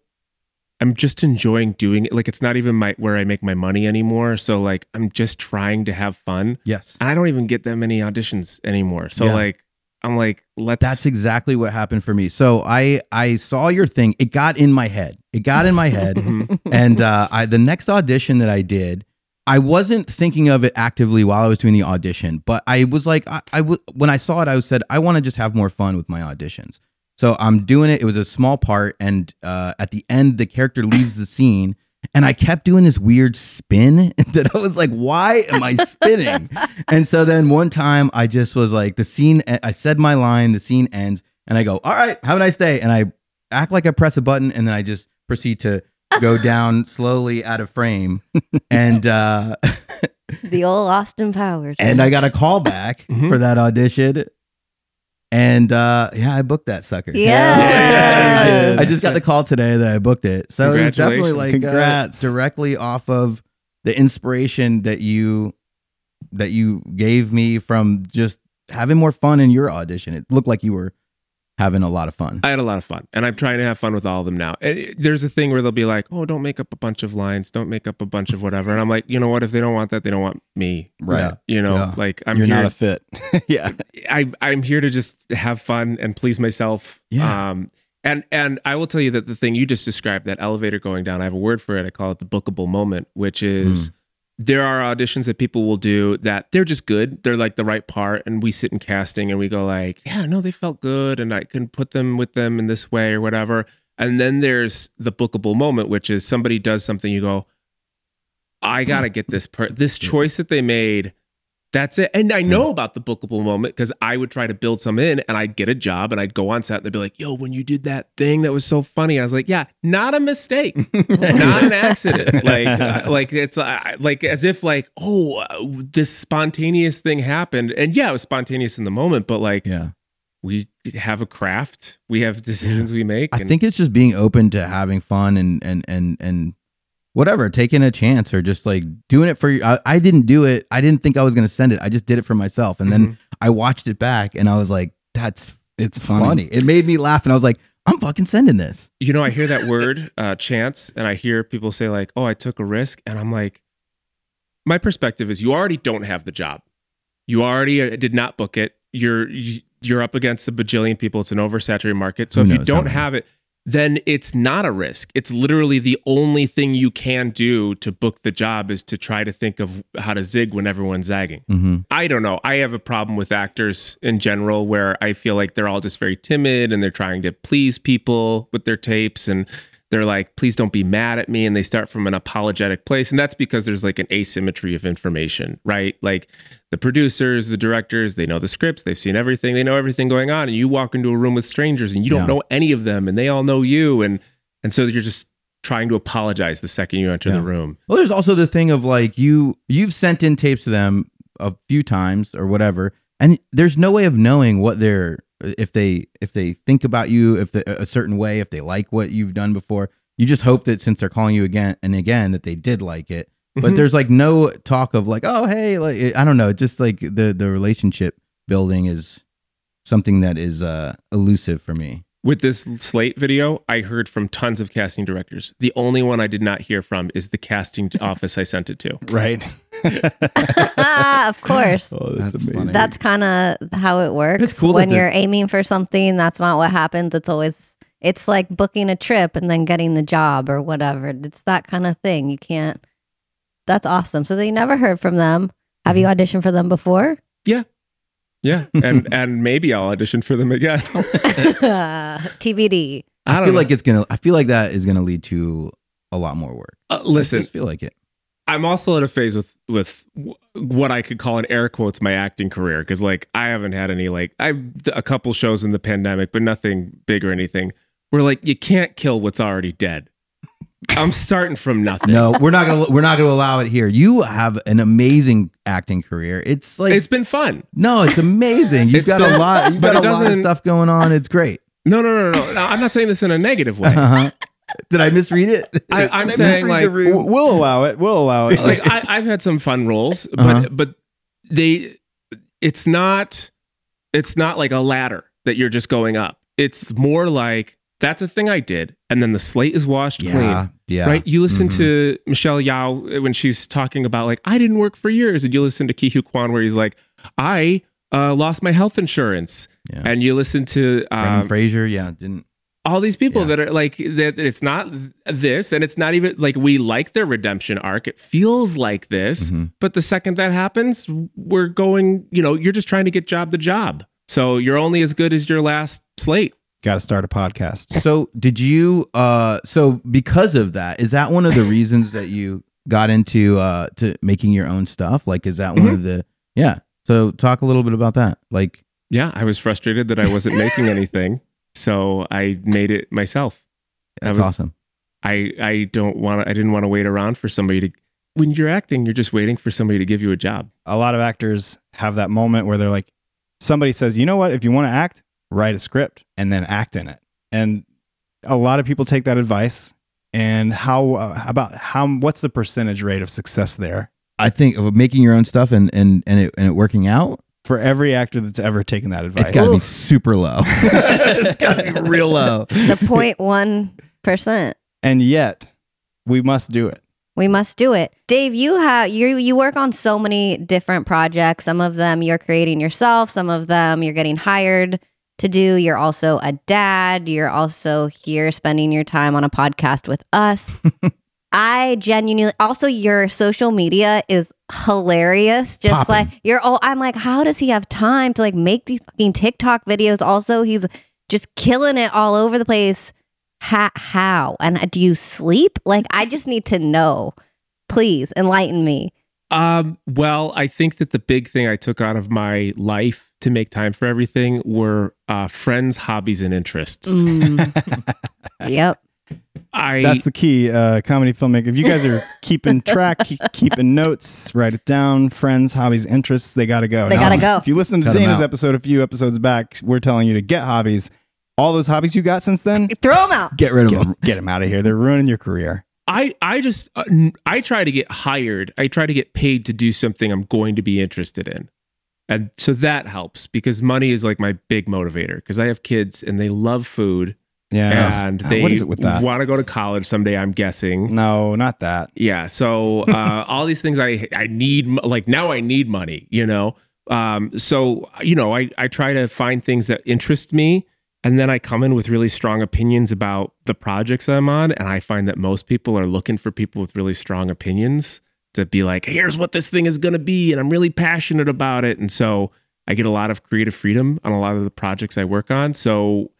Speaker 4: I'm just enjoying doing it. Like it's not even my where I make my money anymore. So like I'm just trying to have fun.
Speaker 2: Yes.
Speaker 4: And I don't even get that many auditions anymore. So
Speaker 2: Yeah.
Speaker 4: like I'm like, let's
Speaker 2: That's exactly what happened for me. So I I saw your thing. It got in my head. It got in my head.
Speaker 4: Mhm.
Speaker 2: *laughs* and uh, I, the next audition that I did, I wasn't thinking of it actively while I was doing the audition, but I was like, I, I w- when I saw it, I was said, I want to just have more fun with my auditions. So I'm doing it. It was a small part, and uh, at the end, the character leaves the scene, and I kept doing this weird spin *laughs* that I was like, why am I spinning? and so then one time, I just was like, the scene. I said my line. The scene ends, and I go, all right, have a nice day, and I act like I press a button, and then I just proceed to go down slowly out of frame, and uh,
Speaker 1: the old Austin Powers.
Speaker 2: and I got a call back
Speaker 3: Mm-hmm.
Speaker 4: Mhm.
Speaker 2: for that audition, and uh, yeah, I booked that sucker.
Speaker 1: Yes.
Speaker 3: Yeah, you did.
Speaker 2: I just got the call today that I booked it, so it was definitely like uh,
Speaker 3: Congratulations. Congrats.
Speaker 2: directly off of the inspiration that you that you gave me from just having more fun in your audition. It looked like you were having a lot of fun.
Speaker 4: I had a lot of fun, and I'm trying to have fun with all of them now. And it- there's a thing where they'll be like, "Oh, don't make up a bunch of lines, don't make up a bunch of whatever," and I'm like, you know what? If they don't want that, they don't want me.
Speaker 3: Right.
Speaker 2: Yeah.
Speaker 4: You know,
Speaker 2: Yeah.
Speaker 4: like I'm
Speaker 3: You're
Speaker 4: here.
Speaker 3: not a fit. *laughs* yeah.
Speaker 4: I I'm here to just have fun and please myself.
Speaker 2: Yeah.
Speaker 4: Um and and I will tell you that the thing you just described, that elevator going down, I have a word for it. I call it the bookable moment, which is there are auditions that people will do that they're just good. They're like the right part. And we sit in casting and we go like, yeah, no, they felt good and I can put them with them in this way or whatever. And then there's the bookable moment, which is somebody does something, you go, I gotta get this per this choice that they made. That's it. And I know about the bookable moment because I would try to build some in and I'd get a job and I'd go on set and they'd be like, yo, when you did that thing that was so funny, I was like, yeah, not
Speaker 2: *laughs*
Speaker 4: a mistake, not an accident. Like, uh, like it's uh, like as if like, oh, uh, this spontaneous thing happened. And yeah, it was spontaneous in the moment, but like
Speaker 2: yeah.
Speaker 4: we have a craft, we have decisions we make.
Speaker 2: I think it's just being open to having fun and and and and whatever, taking a chance or just like doing it for. I, I didn't do it. I didn't think I was gonna send it. I just did it for myself, and then I watched it back, and I was like, "That's
Speaker 3: It's
Speaker 2: funny. It made me laugh, and I was like, "I'm fucking sending this."
Speaker 4: you know, I hear that word uh, chance, and I hear people say like, "Oh, I took a risk," and I'm like, my perspective is, you already don't have the job, you already uh, did not book it. You're you- you're up against a bajillion people. It's an oversaturated market. So
Speaker 2: Who
Speaker 4: if you
Speaker 2: knows how
Speaker 4: don't
Speaker 2: many?
Speaker 4: have it, then it's not a risk. It's literally the only thing you can do to book the job is to try to think of how to zig when everyone's zagging.
Speaker 2: Mm-hmm.
Speaker 4: I don't know. I have a problem with actors in general where I feel like they're all just very timid and they're trying to please people with their tapes and they're like, please don't be mad at me. And they start from an apologetic place. And that's because there's like an asymmetry of information, right? Like the producers, the directors, they know the scripts, they've seen everything, they know everything going on. And you walk into a room with strangers and you don't
Speaker 2: Yeah.
Speaker 4: know any of them and they all know you. And and so you're just trying to apologize the second you enter the
Speaker 2: Yeah.
Speaker 4: room.
Speaker 2: Well, there's also the thing of like you you've sent in tapes to them a few times or whatever, and there's no way of knowing what they're if they if they think about you if they, a certain way if they like what you've done before. you just hope that since they're calling you again and again that they did like it. But
Speaker 4: Mhm.
Speaker 2: there's like no talk of like, oh hey, like it- I don't know, just like the the relationship building is something that is uh elusive for me.
Speaker 4: With this slate video, I heard from tons of casting directors. The only one I did not hear from is the casting *laughs* office I sent it to.
Speaker 3: right?
Speaker 1: *laughs* of course.
Speaker 3: Oh,
Speaker 2: That's funny.
Speaker 1: That's kind of how it works.
Speaker 2: It's cool that
Speaker 1: when
Speaker 2: the-
Speaker 1: you're aiming for something, that's not what happens. It's always it's like booking a trip and then getting the job or whatever. It's that kind of thing. You can't. That's awesome. So they never heard from them. Have you
Speaker 2: Mm-hmm.
Speaker 1: auditioned for them
Speaker 2: *laughs*
Speaker 1: before? *laughs*
Speaker 4: Yeah, and and maybe I'll audition for
Speaker 2: *laughs*
Speaker 4: them again.
Speaker 1: TBD.
Speaker 4: I
Speaker 2: I
Speaker 4: don't
Speaker 2: feel
Speaker 4: know.
Speaker 2: like it's gonna I feel like that is gonna lead to a lot more work.
Speaker 4: Uh,
Speaker 2: I
Speaker 4: listen,
Speaker 2: just feel like it.
Speaker 4: I'm also at a phase with with w- what I could call an air quotes my acting career because like I haven't had any like I've d- a couple shows in the pandemic, but nothing big or anything. We're like you can't kill what's already dead. I'm starting from nothing.
Speaker 2: No, we're not gonna we're not gonna allow it here. You have an amazing acting career. It's like
Speaker 4: It's been fun.
Speaker 2: no, it's amazing. You've
Speaker 4: It's
Speaker 2: got a
Speaker 4: been-
Speaker 2: lot. You've
Speaker 4: but
Speaker 2: got a
Speaker 4: it
Speaker 2: lot of
Speaker 4: doesn't-
Speaker 2: stuff going on. It's great.
Speaker 4: No, no, no, no. no. I'm not saying this in a negative way.
Speaker 2: *laughs* Uh-huh. Did I misread it?
Speaker 4: I-
Speaker 2: Did
Speaker 4: I'm
Speaker 2: misread
Speaker 4: saying,
Speaker 2: the
Speaker 4: like,
Speaker 2: room?
Speaker 3: W- We'll allow it. We'll allow it.
Speaker 4: like I, I've had some fun roles, but
Speaker 2: Uh-huh.
Speaker 4: but they it's not it's not like a ladder that you're just going up. It's more like that's a thing I did, and then the slate is washed
Speaker 2: yeah,
Speaker 4: clean.
Speaker 2: yeah,
Speaker 4: Right? You listen
Speaker 2: Mhm.
Speaker 4: to Michelle Yao uh, when she's talking about like I didn't work for years, and you listen to Kihu Kwan where he's like I uh, lost my health insurance,
Speaker 2: Yeah.
Speaker 4: and you listen to
Speaker 2: Brendan
Speaker 4: um,
Speaker 2: Fraser. Yeah, didn't
Speaker 4: all these people
Speaker 2: Yeah.
Speaker 4: that are like that it's not this and it's not even like we like their redemption arc it feels like this
Speaker 2: Mhm.
Speaker 4: but the second that happens we're going you know you're just trying to get job to job so you're only as good as your last slate
Speaker 3: Got to start a podcast.
Speaker 2: So did you? Uh, so because of that, is that one of the reasons that you got into uh to making your own stuff? Like, is that one
Speaker 4: Mm-hmm.
Speaker 2: of the? Yeah. So talk a little bit about that. Like,
Speaker 4: yeah i was frustrated that i wasn't
Speaker 2: *laughs*
Speaker 4: making anything so i made it myself
Speaker 2: that's
Speaker 4: was-
Speaker 2: awesome.
Speaker 4: i i don't want to i didn't want to wait around for somebody to when you're acting you're just waiting for somebody to give you a job
Speaker 3: A lot of actors have that moment where they're like, somebody says, you know what? If you want to act, write a script and then act in it. And a lot of people take that advice. And how uh, about how? What's the percentage rate of success there
Speaker 2: I think of making your own stuff and and and it and it working out.
Speaker 3: for every actor that's ever taken that advice?
Speaker 2: It's got to be
Speaker 1: Oof.
Speaker 2: super low. *laughs* it's got to be real low. *laughs*
Speaker 1: The 0.1 percent.
Speaker 3: and yet, we must do it.
Speaker 1: We must do it. Dave, you have you you work on so many different projects. Some of them you're creating yourself, some of them you're getting hired to do. You're also a dad. You're also here spending your time on a podcast with us. I genuinely also your social media is hilarious. Just
Speaker 2: Poppin'.
Speaker 1: like you're oh I'm like how does he have time to like make these fucking TikTok videos? Also, he's just killing it all over the place. Ha- how? And uh, do you sleep? Like, I just need to know. Please enlighten me.
Speaker 4: Um, well, I think that the big thing I took out of my life to make time for everything were uh, friends, hobbies, and interests.
Speaker 1: *laughs* yep.
Speaker 4: I
Speaker 3: Mm. That's the key, uh, comedy filmmaker. If you guys
Speaker 1: *laughs*
Speaker 3: are keeping track, keep, keeping notes, write it down. Friends, hobbies, interests, they gotta go.
Speaker 1: They gotta go.
Speaker 3: If you listen to
Speaker 2: Cut 'em
Speaker 3: Dana's
Speaker 2: out.
Speaker 3: episode a few episodes back, we're telling you to get hobbies. All those hobbies you got since
Speaker 2: *laughs*
Speaker 3: then,
Speaker 1: Throw him out.
Speaker 2: Get rid of
Speaker 3: get,
Speaker 2: them.
Speaker 3: them out of here. They're ruining your career.
Speaker 4: I I just uh, n- I try to get hired. I try to get paid to do something I'm going to be interested in. And so that helps because money is like my big motivator because I have kids and they love food
Speaker 3: Yeah.
Speaker 4: and
Speaker 3: Ah,
Speaker 4: they
Speaker 3: what is it with that?
Speaker 4: want to go to college someday, I'm guessing.
Speaker 3: No, not that.
Speaker 4: Yeah. So uh, all these things I I need m- like now I need money. You know. Um. So you know I I try to find things that interest me, and then I come in with really strong opinions about the projects I'm on, and I find that most people are looking for people with really strong opinions to be like, here's what this thing is gonna be, and I'm really passionate about it, and so I get a lot of creative freedom on a lot of the projects I work on. So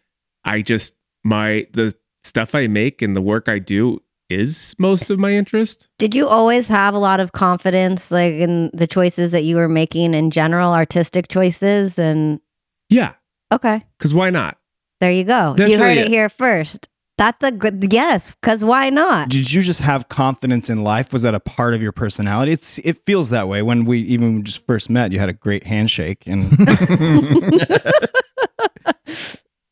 Speaker 4: I just my the stuff I make and the work I do is most of my interest.
Speaker 1: Did you always have a lot of confidence, like in the choices that you were making in general, artistic choices? And
Speaker 4: Yeah,
Speaker 1: okay,
Speaker 4: because why not?
Speaker 1: there you go.
Speaker 4: That's
Speaker 1: you heard
Speaker 4: really
Speaker 1: it
Speaker 4: it.
Speaker 1: here first. That's a good yes, because why not?
Speaker 3: Did you just have confidence in life? Was that a part of your personality? It's it feels that way. When we even when we just first met, you had
Speaker 2: *laughs*
Speaker 3: a *laughs* great handshake and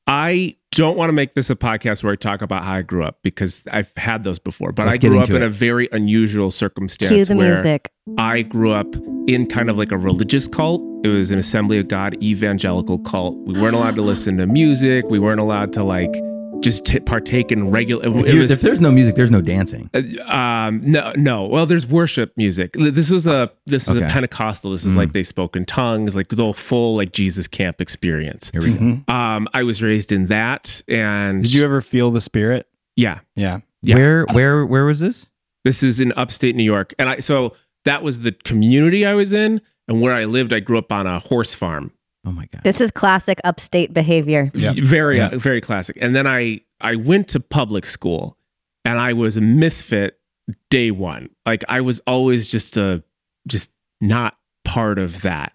Speaker 4: I don't want to make this a podcast where I talk about how I grew up because I've had those before. But
Speaker 2: Let's
Speaker 4: I
Speaker 2: get
Speaker 4: grew up
Speaker 2: into
Speaker 4: in
Speaker 2: it.
Speaker 4: a very unusual circumstance
Speaker 1: Cue the
Speaker 4: where
Speaker 1: music.
Speaker 4: I grew up in kind of like a religious cult. It was an Assembly of God evangelical cult. We weren't allowed to listen to music. We weren't allowed to like just t- partake in regular. It,
Speaker 2: If, you-
Speaker 4: was
Speaker 2: if there's no music, there's no dancing.
Speaker 4: um no no well there's worship music L- this was a this was a
Speaker 2: Okay.
Speaker 4: pentecostal this is
Speaker 3: Mm.
Speaker 4: like they spoke in tongues like the full like jesus camp experience
Speaker 2: Here we go.
Speaker 4: um i was raised in that and
Speaker 3: Mhm. Did you ever feel the spirit?
Speaker 4: yeah
Speaker 3: Yeah.
Speaker 4: Yeah.
Speaker 2: Where where where was this?
Speaker 4: this is in upstate new york and i so that was the community i was in and where i lived i grew up on a horse farm
Speaker 2: Oh my god.
Speaker 1: This is classic upstate behavior.
Speaker 3: Yeah.
Speaker 4: very
Speaker 3: Yeah.
Speaker 4: very classic and then i i went to public school and i was a misfit day one like i was always just a just not part of that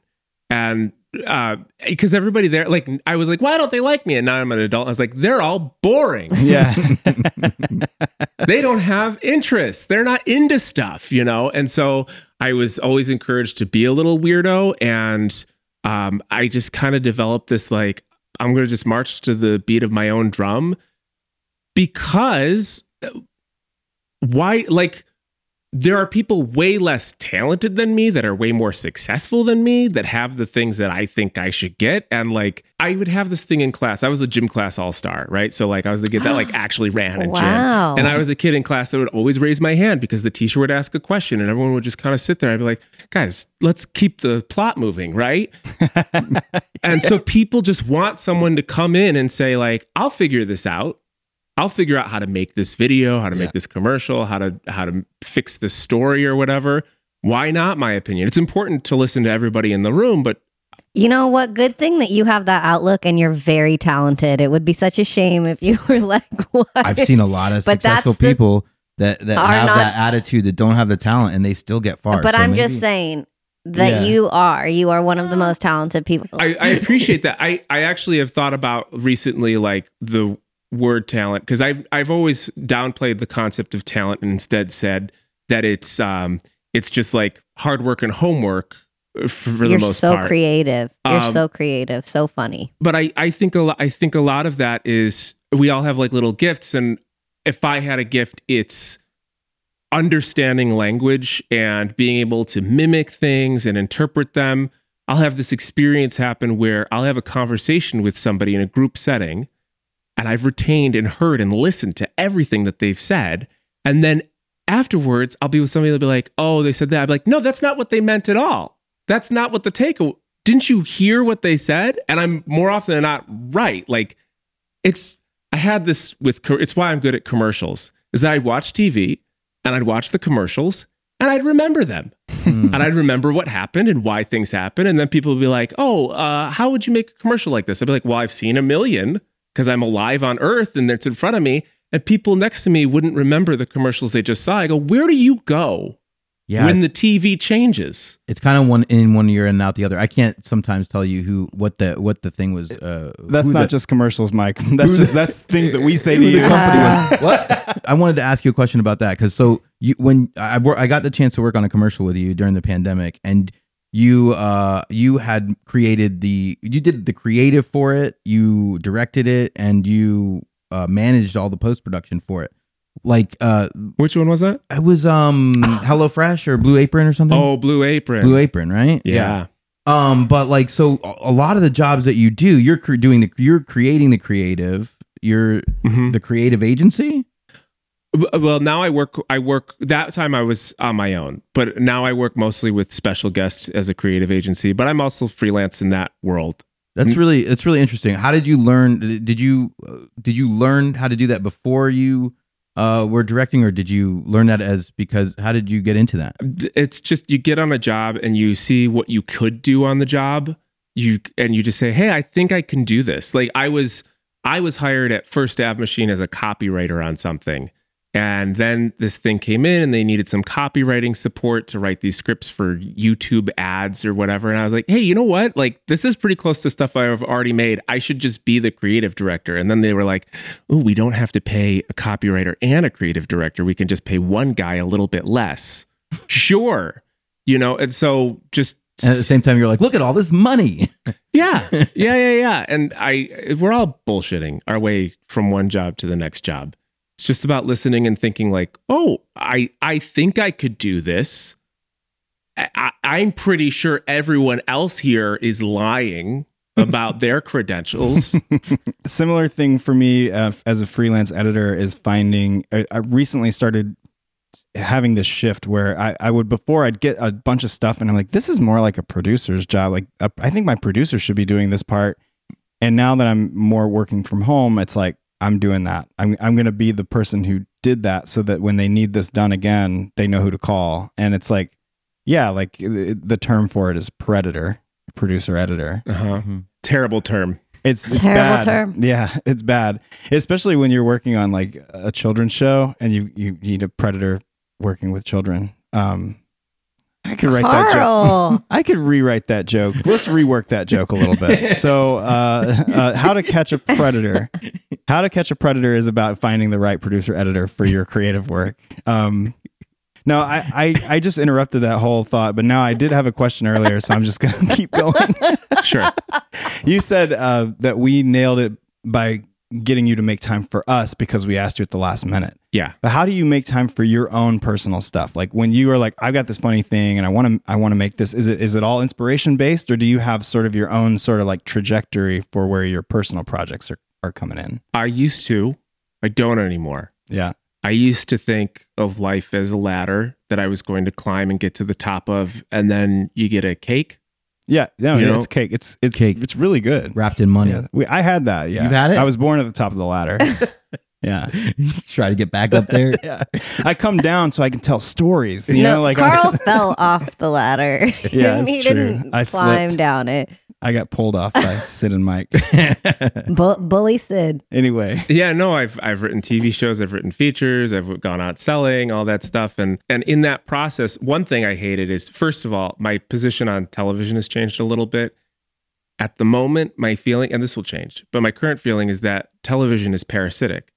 Speaker 4: and uh because everybody there like i was like why don't they like me and now i'm an adult i was like they're all boring
Speaker 2: *laughs*
Speaker 3: Yeah.
Speaker 4: they don't have interests. They're not into stuff, you know? And so I was always encouraged to be a little weirdo. And um, I just kind of developed this like, I'm going to just march to the beat of my own drum because uh, why, like, there are people way less talented than me that are way more successful than me that have the things that I think I should get. And like, I would have this thing in class. I was a gym class all star, right? So, like, I was the kid that like actually ran in gym.
Speaker 1: Wow.
Speaker 4: And I was a kid in class that would always raise my hand because the teacher would ask a question and everyone would just kind of sit there. I'd be like, guys, let's keep the plot moving, right? and so people just want someone to come in and say, like, I'll figure this out. I'll figure out how to make this video, how to
Speaker 2: Yeah.
Speaker 4: make this commercial, how to how to fix this story or whatever. Why not my opinion? It's important to listen to everybody in the room, but
Speaker 1: You know what? Good thing that you have that outlook and you're very talented. It would be such a shame if you *laughs* were like, what?
Speaker 2: I've seen a lot
Speaker 1: *laughs*
Speaker 2: of
Speaker 1: But that's
Speaker 2: successful
Speaker 1: the-
Speaker 2: people that that
Speaker 1: Are
Speaker 2: have
Speaker 1: not-
Speaker 2: that attitude that don't have the talent and they still get far.
Speaker 1: But
Speaker 2: So
Speaker 1: I'm
Speaker 2: maybe-
Speaker 1: just saying that
Speaker 3: Yeah.
Speaker 1: you are. You are one of the most talented people.
Speaker 4: I,
Speaker 1: *laughs*
Speaker 4: I appreciate that. I, I actually have thought about recently like the word talent because I've I've always downplayed the concept of talent and instead said that it's um it's just like hard work and homework uh, for the
Speaker 1: you're
Speaker 4: most
Speaker 1: so
Speaker 4: part.
Speaker 1: creative. You're
Speaker 4: Um,
Speaker 1: so creative. So funny.
Speaker 4: but I I think a lot I think a lot of that is we all have like little gifts and if I had a gift it's understanding language and being able to mimic things and interpret them. I'll have this experience happen where I'll have a conversation with somebody in a group setting and I've retained and heard and listened to everything that they've said. And then afterwards, I'll be with somebody that'll be like, oh, they said that. I'll be like, no, that's not what they meant at all. That's not what the takeaway. Didn't you hear what they said? And I'm more often than not right. Like, it's, I had this with, co- it's why I'm good at commercials, is that I'd watch TV and I'd watch the commercials and I'd remember them.
Speaker 2: Hmm.
Speaker 4: and I'd remember what happened and why things happened. And then people would be like, oh, uh, how would you make a commercial like this? I'd be like, well, I've seen a million because I'm alive on Earth and it's in front of me. And people next to me wouldn't remember the commercials they just saw. I go, where do you go
Speaker 2: yeah,
Speaker 4: when
Speaker 2: it's,
Speaker 4: the TV changes?
Speaker 2: it's kind of one in one year and out the other. I can't sometimes tell you who what the what the thing was. Uh,
Speaker 3: That's
Speaker 2: who
Speaker 3: not
Speaker 2: the-
Speaker 3: just commercials, Mike. That's just that's things that we say to you.
Speaker 2: what? I wanted to ask you a question about that because so you when I wor- I got the chance to work on a commercial with you during the pandemic and you uh you had created the you did the creative for it you directed it and you uh, managed all the post production for it like uh
Speaker 4: Which one was that?
Speaker 2: it was
Speaker 4: *sighs*
Speaker 2: um HelloFresh or Blue Apron or something
Speaker 4: Oh, Blue Apron.
Speaker 2: Blue Apron right
Speaker 4: yeah.
Speaker 2: um, but like, so a a lot of the jobs that you do, you're cre- doing the, you're creating the creative, you're
Speaker 4: Mhm.
Speaker 2: the creative agency.
Speaker 4: W- Well, now I work. I work. That time I was on my own, but now I work mostly with special guests as a creative agency. But I'm also freelance in that world.
Speaker 3: Mm.
Speaker 2: That's really, it's really interesting. How did you learn? did- Did you, uh, did you learn how to do that before you, uh, were directing or did you learn that as, because how did you get into that?
Speaker 4: d- it's just you get on a job and you see what you could do on the job you and you just say hey i think i can do this like i was i was hired at first ave machine as a copywriter on something and then this thing came in and they needed some copywriting support to write these scripts for youtube ads or whatever and i was like hey you know what like this is pretty close to stuff i've already made i should just be the creative director and then they were like oh we don't have to pay a copywriter and a creative director *laughs* we can just pay one guy a little bit less sure you know and so just
Speaker 2: And at the same time, you're like, look at all this money. *laughs*
Speaker 4: Yeah, yeah, yeah, yeah. And I, we're all bullshitting our way from one job to the next job. It's just about listening and thinking, like, oh, I, I think I could do this. I, I, I'm pretty sure everyone else here is lying about their credentials.
Speaker 3: similar thing for me uh, f- as a freelance editor is finding I, I recently started having this shift where I, I would before I'd get a bunch of stuff and I'm like this is more like a producer's job like uh, I think my producer should be doing this part and now that I'm more working from home it's like I'm doing that I'm I'm going to be the person who did that so that when they need this done again they know who to call and it's like yeah like it, the term for it is predator producer editor
Speaker 4: Uh-huh. Terrible term.
Speaker 3: it's, it's
Speaker 1: Terrible
Speaker 3: bad.
Speaker 1: term.
Speaker 3: Yeah, it's bad, especially when you're working on like a children's show and you you need a predator working with children. Um, I could write that joke.
Speaker 1: Carl.
Speaker 3: I could rewrite that joke. Let's rework that joke a little bit. So, uh, uh, how to catch a predator? How to catch a predator is about finding the right producer editor for your creative work. Um, no, I, I I just interrupted that whole thought, but now I did have a question earlier, so I'm just gonna *laughs* keep going
Speaker 4: Sure.
Speaker 3: you said uh, that we nailed it by getting you to make time for us because we asked you at the last minute.
Speaker 4: Yeah.
Speaker 3: But how do you make time for your own personal stuff? Like when you are like, I've got this funny thing and I want to, I want to make this. Is it, is it all inspiration based, or do you have sort of your own sort of like trajectory for where your personal projects are are coming in?
Speaker 4: I used to, I don't anymore.
Speaker 3: Yeah.
Speaker 4: I used to think of life as a ladder that I was going to climb and get to the top of, and then you get a cake.
Speaker 3: Yeah. No,
Speaker 4: You know?
Speaker 3: it's cake. It's, it's,
Speaker 2: Cake.
Speaker 3: it's really good.
Speaker 2: Wrapped in money.
Speaker 3: Yeah. We, I had that. Yeah.
Speaker 2: You've had it?
Speaker 3: I was born at the top of
Speaker 2: *laughs*
Speaker 3: the ladder. yeah.
Speaker 2: Try to get back up there.
Speaker 3: Yeah. I come down so I can tell stories, *laughs* you
Speaker 1: no,
Speaker 3: know, like I'm- *laughs*
Speaker 1: Carl fell off the ladder. *laughs*
Speaker 3: Yeah,
Speaker 1: he
Speaker 3: it's true.
Speaker 1: didn't
Speaker 3: I
Speaker 1: climb
Speaker 3: slipped.
Speaker 1: down it.
Speaker 3: I got pulled
Speaker 1: *laughs*
Speaker 3: off by Sid and Mike. *laughs*
Speaker 1: Bu- bully Sid.
Speaker 3: Anyway,
Speaker 4: Yeah, no, I've I've written TV shows, I've written features, I've gone out selling, all that stuff. And and in that process, one thing I hated is first of all, my position on television has changed a little bit. At the moment, my feeling, and this will change, but my current feeling is that television is parasitic.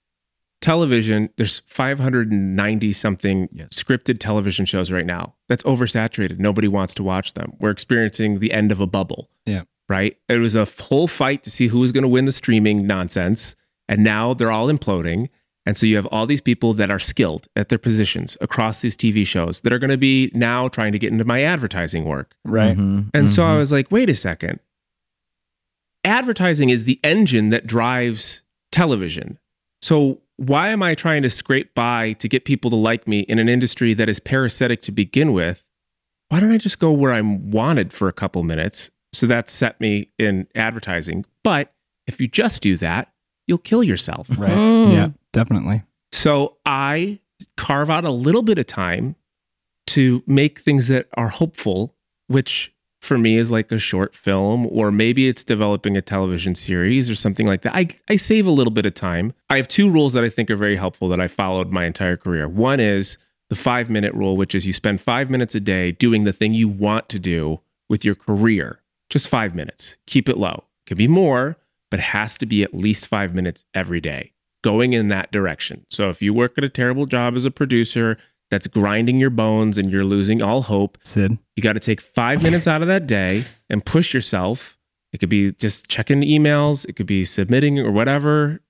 Speaker 4: Television, there's 590 something
Speaker 2: Yes.
Speaker 4: scripted television shows right now. That's oversaturated. Nobody wants to watch them. We're experiencing the end of a bubble.
Speaker 3: Yeah.
Speaker 4: Right? It was a whole fight to see who was going to win the streaming nonsense. And now they're all imploding. And so you have all these people that are skilled at their positions across these TV shows that are going to be now trying to get into my advertising work.
Speaker 3: *laughs* right.
Speaker 2: Mhm,
Speaker 4: And so
Speaker 2: mhm.
Speaker 4: I was like, wait a second. Advertising is the engine that drives television. So why am I trying to scrape by to get people to like me in an industry that is parasitic to begin with? Why don't I just go where I'm wanted for a couple minutes? So that set me in advertising. But if you just do that, you'll kill yourself.
Speaker 3: Right.
Speaker 1: Mm.
Speaker 3: Yeah, definitely.
Speaker 4: So I carve out a little bit of time to make things that are hopeful, which for me is like a short film, or maybe it's developing a television series or something like that. I, I save a little bit of time. I have two rules that I think are very helpful that I followed my entire career. One is the five minute rule, which is you spend five minutes a day doing the thing you want to do with your career, just five minutes. Keep it low. Could be more, but it has to be at least five minutes every day going in that direction. So if you work at a terrible job as a producer that's grinding your bones and you're losing all hope,
Speaker 3: Sid.
Speaker 4: you got to take five minutes out of that day and push yourself. It could be just checking emails, it could be submitting or whatever.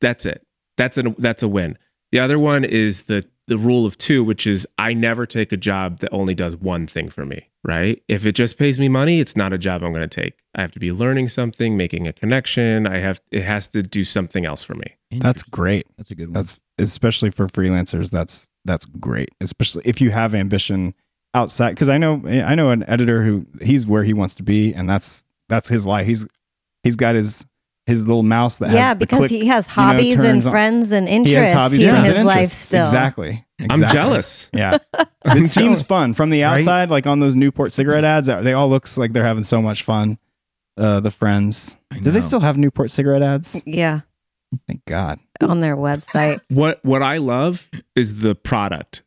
Speaker 4: That's it. That's a that's a win. The other one is the the rule of two, which is I never take a job that only does one thing for me. Right? If it just pays me money, it's not a job I'm going to take. I have to be learning something, making a connection. I have it has to do something else for me.
Speaker 3: That's great.
Speaker 2: Mm-hmm. That's a good one.
Speaker 3: That's especially for freelancers. That's that's great. Especially if you have ambition outside. Because I know I know an editor who he's where he wants to be, and that's that's his life. He's he's got his his little mouse that
Speaker 1: yeah,
Speaker 3: has the
Speaker 1: because
Speaker 3: click.
Speaker 1: he has
Speaker 3: you know,
Speaker 1: hobbies and
Speaker 3: turns on-
Speaker 1: friends and
Speaker 3: He has
Speaker 1: interests
Speaker 3: hobbies,
Speaker 1: in
Speaker 3: friends,
Speaker 1: his
Speaker 3: and
Speaker 1: life
Speaker 3: interests.
Speaker 1: still.
Speaker 3: Exactly.
Speaker 4: I'm
Speaker 3: Exactly.
Speaker 4: jealous.
Speaker 3: Yeah,
Speaker 4: I'm
Speaker 3: it seems fun from the
Speaker 2: Right?
Speaker 3: outside. Like on those Newport cigarette ads, uh, they all looks like they're having so much fun. Uh, the friends.
Speaker 2: I
Speaker 3: Do
Speaker 2: know.
Speaker 3: they still have Newport cigarette ads?
Speaker 1: Yeah,
Speaker 3: Thank God.
Speaker 1: on their
Speaker 3: *laughs*
Speaker 1: website.
Speaker 4: what what I love is the product.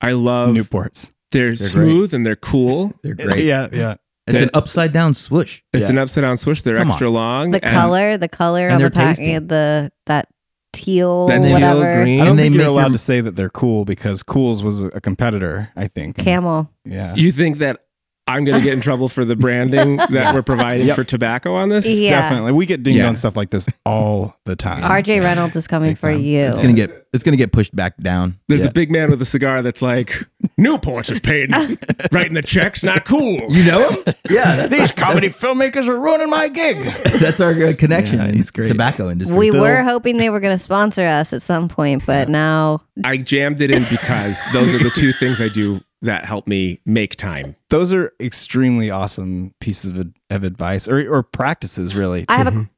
Speaker 4: I love
Speaker 3: Newports.
Speaker 4: they're,
Speaker 2: They're
Speaker 4: smooth and they're cool.
Speaker 2: They're great.
Speaker 3: Yeah, yeah.
Speaker 2: It's an
Speaker 4: That-
Speaker 2: upside down swoosh.
Speaker 4: It's
Speaker 3: Yeah.
Speaker 4: an upside down switch. They're
Speaker 2: Come on.
Speaker 4: extra long.
Speaker 1: The
Speaker 4: and
Speaker 1: color, the color
Speaker 2: and
Speaker 1: on
Speaker 2: they're
Speaker 1: the pack,
Speaker 2: tasty.
Speaker 1: the that teal,
Speaker 4: That teal
Speaker 1: whatever,
Speaker 4: green.
Speaker 3: I don't
Speaker 2: And they
Speaker 3: think you're
Speaker 2: make
Speaker 3: allowed
Speaker 2: your-
Speaker 3: to say that they're cool because Cools was a competitor, I think.
Speaker 1: camel.
Speaker 3: Yeah.
Speaker 4: You think that I'm going to get in trouble for
Speaker 3: *laughs*
Speaker 4: the branding that we're providing
Speaker 3: Yep.
Speaker 4: for tobacco on this.
Speaker 1: Yeah.
Speaker 3: Definitely. We get dinged
Speaker 4: Yeah.
Speaker 3: on stuff like this all the time. *laughs*
Speaker 1: RJ Reynolds is coming
Speaker 3: Mm-hmm. Big
Speaker 1: for
Speaker 3: time.
Speaker 1: you.
Speaker 2: It's gonna get it's gonna get pushed back down.
Speaker 4: There's
Speaker 3: Yeah.
Speaker 4: a big man with a cigar that's like, Newport's
Speaker 1: *laughs*
Speaker 4: is paid, writing the checks, not cool.
Speaker 2: know him? yeah, *laughs*
Speaker 3: These comedy filmmakers are ruining my gig.
Speaker 2: that's, that's our uh, connection.
Speaker 3: Yeah,
Speaker 2: in
Speaker 3: he's great.
Speaker 2: Tobacco industry.
Speaker 1: we
Speaker 3: Bill.
Speaker 1: were hoping they were going to sponsor us at some point, but now
Speaker 4: I jammed it in because those are the two things I do that help me make time.
Speaker 3: Those are extremely awesome pieces of, of advice or, or practices, really.
Speaker 1: I have a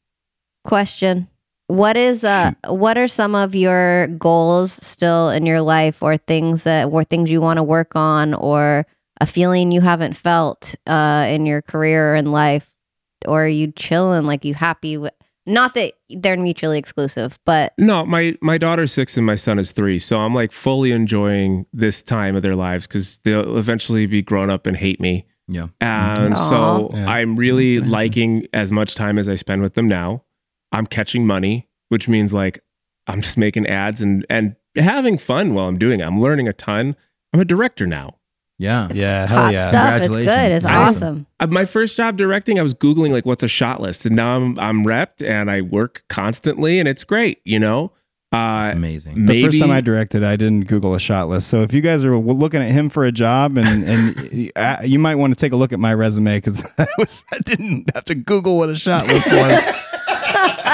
Speaker 1: question. What is uh what are some of your goals still in your life or things that or things you want to work on or a feeling you haven't felt uh in your career or in life or are you chilling like you happy with not that they're mutually exclusive, but
Speaker 4: No, my my daughter's six and my son is three, so I'm like fully enjoying this time of their lives because they'll eventually be grown up and hate me.
Speaker 2: Yeah.
Speaker 4: and
Speaker 1: Aw.
Speaker 4: so
Speaker 3: Yeah.
Speaker 4: I'm really liking as much time as I spend with them now. I'm catching money, which means like I'm just making ads and and having fun while I'm doing it. I'm learning a ton. I'm a director now.
Speaker 2: yeah.
Speaker 3: yeah,
Speaker 1: it's
Speaker 3: hell
Speaker 1: hot
Speaker 3: yeah.
Speaker 1: stuff. It's good.
Speaker 2: Congratulations.
Speaker 1: It's
Speaker 2: That's
Speaker 1: awesome.
Speaker 4: Uh, my first job directing, I was googling like what's a shot list, and now I'm I'm repped and I work constantly, and it's great, you know.
Speaker 2: That's
Speaker 4: Uh,
Speaker 2: amazing.
Speaker 3: The
Speaker 4: maybe
Speaker 3: first time I directed, I didn't Google a shot list. So if you guys are w- looking at him for a job, and and uh, you might want to take *laughs* a look at my resume *laughs* because I, was- I didn't have to Google what a shot list was.
Speaker 1: *laughs*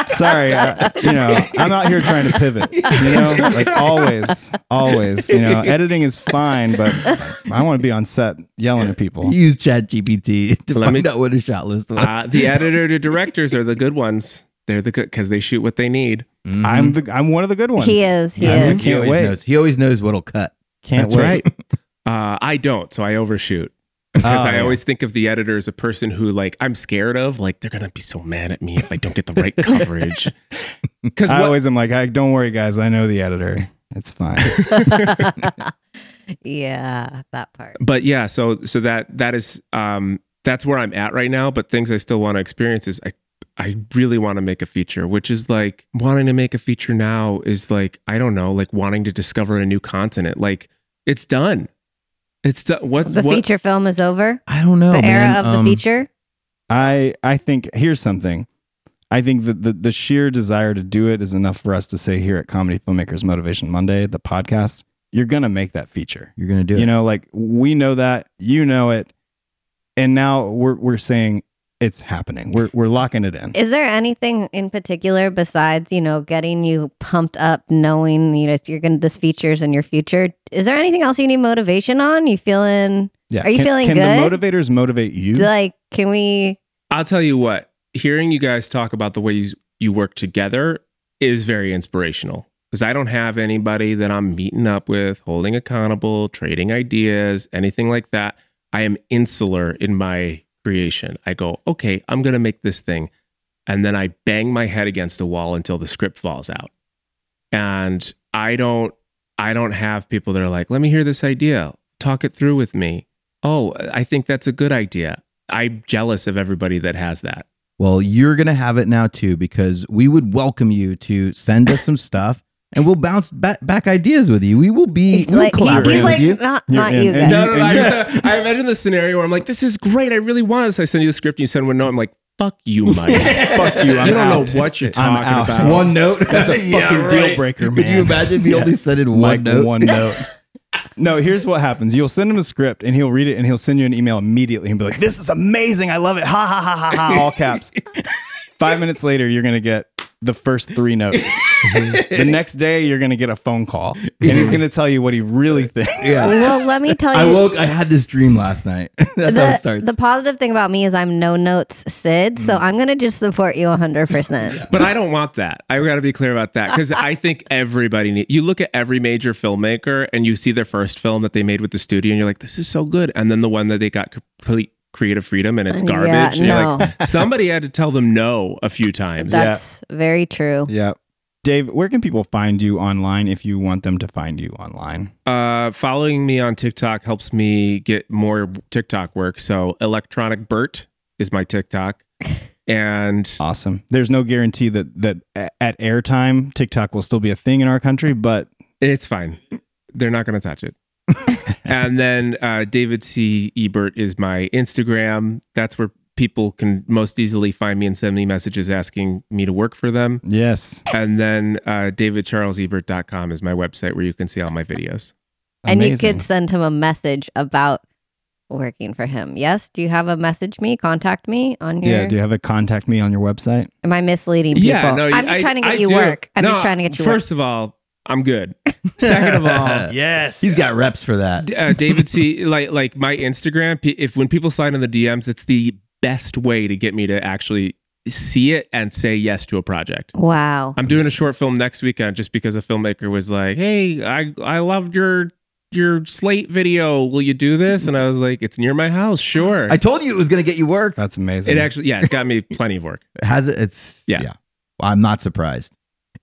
Speaker 3: Sorry, uh, you know I'm out here trying to pivot. You know, like always, always. You know, editing is fine, but I want to be on set yelling at people.
Speaker 2: Use Chat GPT *laughs* to
Speaker 4: Let me-
Speaker 2: find out what a shot list was.
Speaker 4: uh,
Speaker 2: *laughs*
Speaker 4: the editor to directors are the good ones. They're the good because they shoot what they need.
Speaker 2: Mhm.
Speaker 3: I'm the I'm one of the good ones.
Speaker 1: He is. He
Speaker 3: Yeah,
Speaker 1: is.
Speaker 3: I
Speaker 2: He
Speaker 3: can't
Speaker 2: always
Speaker 3: wait.
Speaker 2: knows. He always knows what'll cut.
Speaker 3: Can't
Speaker 4: That's
Speaker 3: wait.
Speaker 4: right. Uh, I don't, so I overshoot because
Speaker 2: Oh,
Speaker 4: I
Speaker 2: yeah.
Speaker 4: always think of the editor as a person who like I'm scared of. Like they're gonna be so mad at me if I don't get the right coverage. Because
Speaker 3: I always am like, I, don't worry, guys. I know the editor. It's fine.
Speaker 1: *laughs* yeah, that part.
Speaker 4: but yeah so so that that is um that's where i'm at right now but things i still want to experience is i i really want to make a feature which is like wanting to make a feature now is like i don't know like wanting to discover a new continent like it's done it's done what
Speaker 1: The
Speaker 4: what
Speaker 1: feature film is over.
Speaker 2: I don't know.
Speaker 1: the
Speaker 2: man.
Speaker 1: era of the
Speaker 2: Um,
Speaker 1: feature.
Speaker 3: I I think here's something. I think that the, the sheer desire to do it is enough for us to say here at Comedy Filmmakers Motivation Monday, the podcast, you're gonna make that feature.
Speaker 2: You're gonna do
Speaker 3: You
Speaker 2: it.
Speaker 3: know, like we know that, you know it, and now we're we're saying it's happening. We're we're locking it in.
Speaker 1: Is there anything in particular besides you know getting you pumped up, knowing you know you're gonna this features in your future? Is there anything else you need motivation on? You feeling
Speaker 3: yeah.
Speaker 1: Are you
Speaker 3: can,
Speaker 1: feeling
Speaker 3: Can
Speaker 1: good?
Speaker 3: the motivators motivate you?
Speaker 1: like can we?
Speaker 4: i'll tell you what hearing you guys talk about the way you, you work together is very inspirational because i don't have anybody that i'm meeting up with holding accountable trading ideas anything like that I am insular in my creation. I go, okay, I'm going to make this thing. And then I bang my head against the wall until the script falls out. And I don't, I don't have people that are like, let me hear this idea. Talk it through with me. Oh, I think that's a good idea. I'm jealous of everybody that has that.
Speaker 2: Well, you're gonna have it now too, because we would welcome you to send us some stuff, and we'll bounce ba- back ideas with you. We will be
Speaker 1: He's
Speaker 2: we'll
Speaker 1: like, he-
Speaker 2: collaborate
Speaker 1: he's
Speaker 2: with
Speaker 1: like
Speaker 2: you.
Speaker 1: not
Speaker 3: You're
Speaker 1: not
Speaker 3: in,
Speaker 1: you guys.
Speaker 3: and
Speaker 4: No, no, no. I, just- I imagine the scenario where I'm like, this is great. I really want this. I send you the script and you send one no. I'm like, fuck *laughs* you, Mike.
Speaker 3: Fuck you, I'm
Speaker 4: you don't
Speaker 3: out.
Speaker 4: know what you're
Speaker 3: I'm
Speaker 4: talking
Speaker 3: out.
Speaker 1: *laughs*
Speaker 4: about.
Speaker 2: One note.
Speaker 3: That's a fucking
Speaker 4: Yeah,
Speaker 3: deal
Speaker 4: right.
Speaker 3: breaker, man.
Speaker 2: Could you imagine if he
Speaker 3: Yeah.
Speaker 2: only sent in one
Speaker 3: like
Speaker 2: note?
Speaker 3: one
Speaker 2: *laughs*
Speaker 3: note. No, here's what happens. You'll send him a script and he'll read it and he'll send you an email immediately and be like, This is amazing. I love it. Ha ha ha ha ha.
Speaker 2: *laughs*
Speaker 3: All caps. Five minutes later, you're going to get the first
Speaker 2: *laughs*
Speaker 3: three notes. the next day, you're going to get a phone call and he's going to tell you what he really thinks.
Speaker 2: *laughs* Yeah.
Speaker 1: Well, let me tell you.
Speaker 2: I woke. I had this dream last night. *laughs* That's how it
Speaker 1: the,
Speaker 2: starts.
Speaker 1: the positive thing about me is I'm no notes Sid, so I'm gonna just support you 100. percent
Speaker 4: But I don't want that. I got to be clear about that because I think everybody need. You look at every major filmmaker and you see their first film that they made with the studio, and you're like, "This is so good," and then the one that they got complete creative freedom and it's
Speaker 1: Yeah,
Speaker 4: garbage. and you're
Speaker 1: no.
Speaker 4: like, somebody had to tell them no a few times.
Speaker 1: That's very true.
Speaker 3: Yeah. Dave, where can people find you online if you want them to find you online?
Speaker 4: Uh, following me on TikTok helps me get more TikTok work. So electronic Bert is my TikTok, and
Speaker 3: Awesome. There's no guarantee that that a- at airtime TikTok will still be a thing in our country, but
Speaker 4: it's fine. They're not going to touch it. and then uh, David C. Ebert is my Instagram. That's where people can most easily find me and send me messages asking me to work for them.
Speaker 3: Yes.
Speaker 4: And then uh, davidcharleseebert.com is my website where you can see all my videos.
Speaker 1: And you
Speaker 3: Amazing.
Speaker 1: could send him a message about working for him. Yes? Do you have a message me? Contact me on your.
Speaker 3: Yeah. Do you have a contact me on your website?
Speaker 1: Am I misleading people? I'm just
Speaker 4: I-
Speaker 1: trying to get
Speaker 4: I
Speaker 1: you
Speaker 4: do.
Speaker 1: work. I'm
Speaker 4: No,
Speaker 1: just trying to get you work.
Speaker 4: First of all, I'm good.
Speaker 2: *laughs*
Speaker 4: Second of all,
Speaker 3: Yes.
Speaker 2: He's got reps for that.
Speaker 4: D- uh, David C. Like like my Instagram. pe- If when people slide in the DMs, it's the best way to get me to actually see it and say yes to a project.
Speaker 1: Wow.
Speaker 4: I'm doing a short film next weekend just because a filmmaker was like, "Hey, I I loved your your slate video. Will you do this?" And I was like, "It's near my house. Sure."
Speaker 2: I told you it was going to get you work.
Speaker 3: That's amazing.
Speaker 4: it actually, yeah, it's got me plenty of work.
Speaker 2: Has it? It's
Speaker 4: Yeah.
Speaker 2: I'm not surprised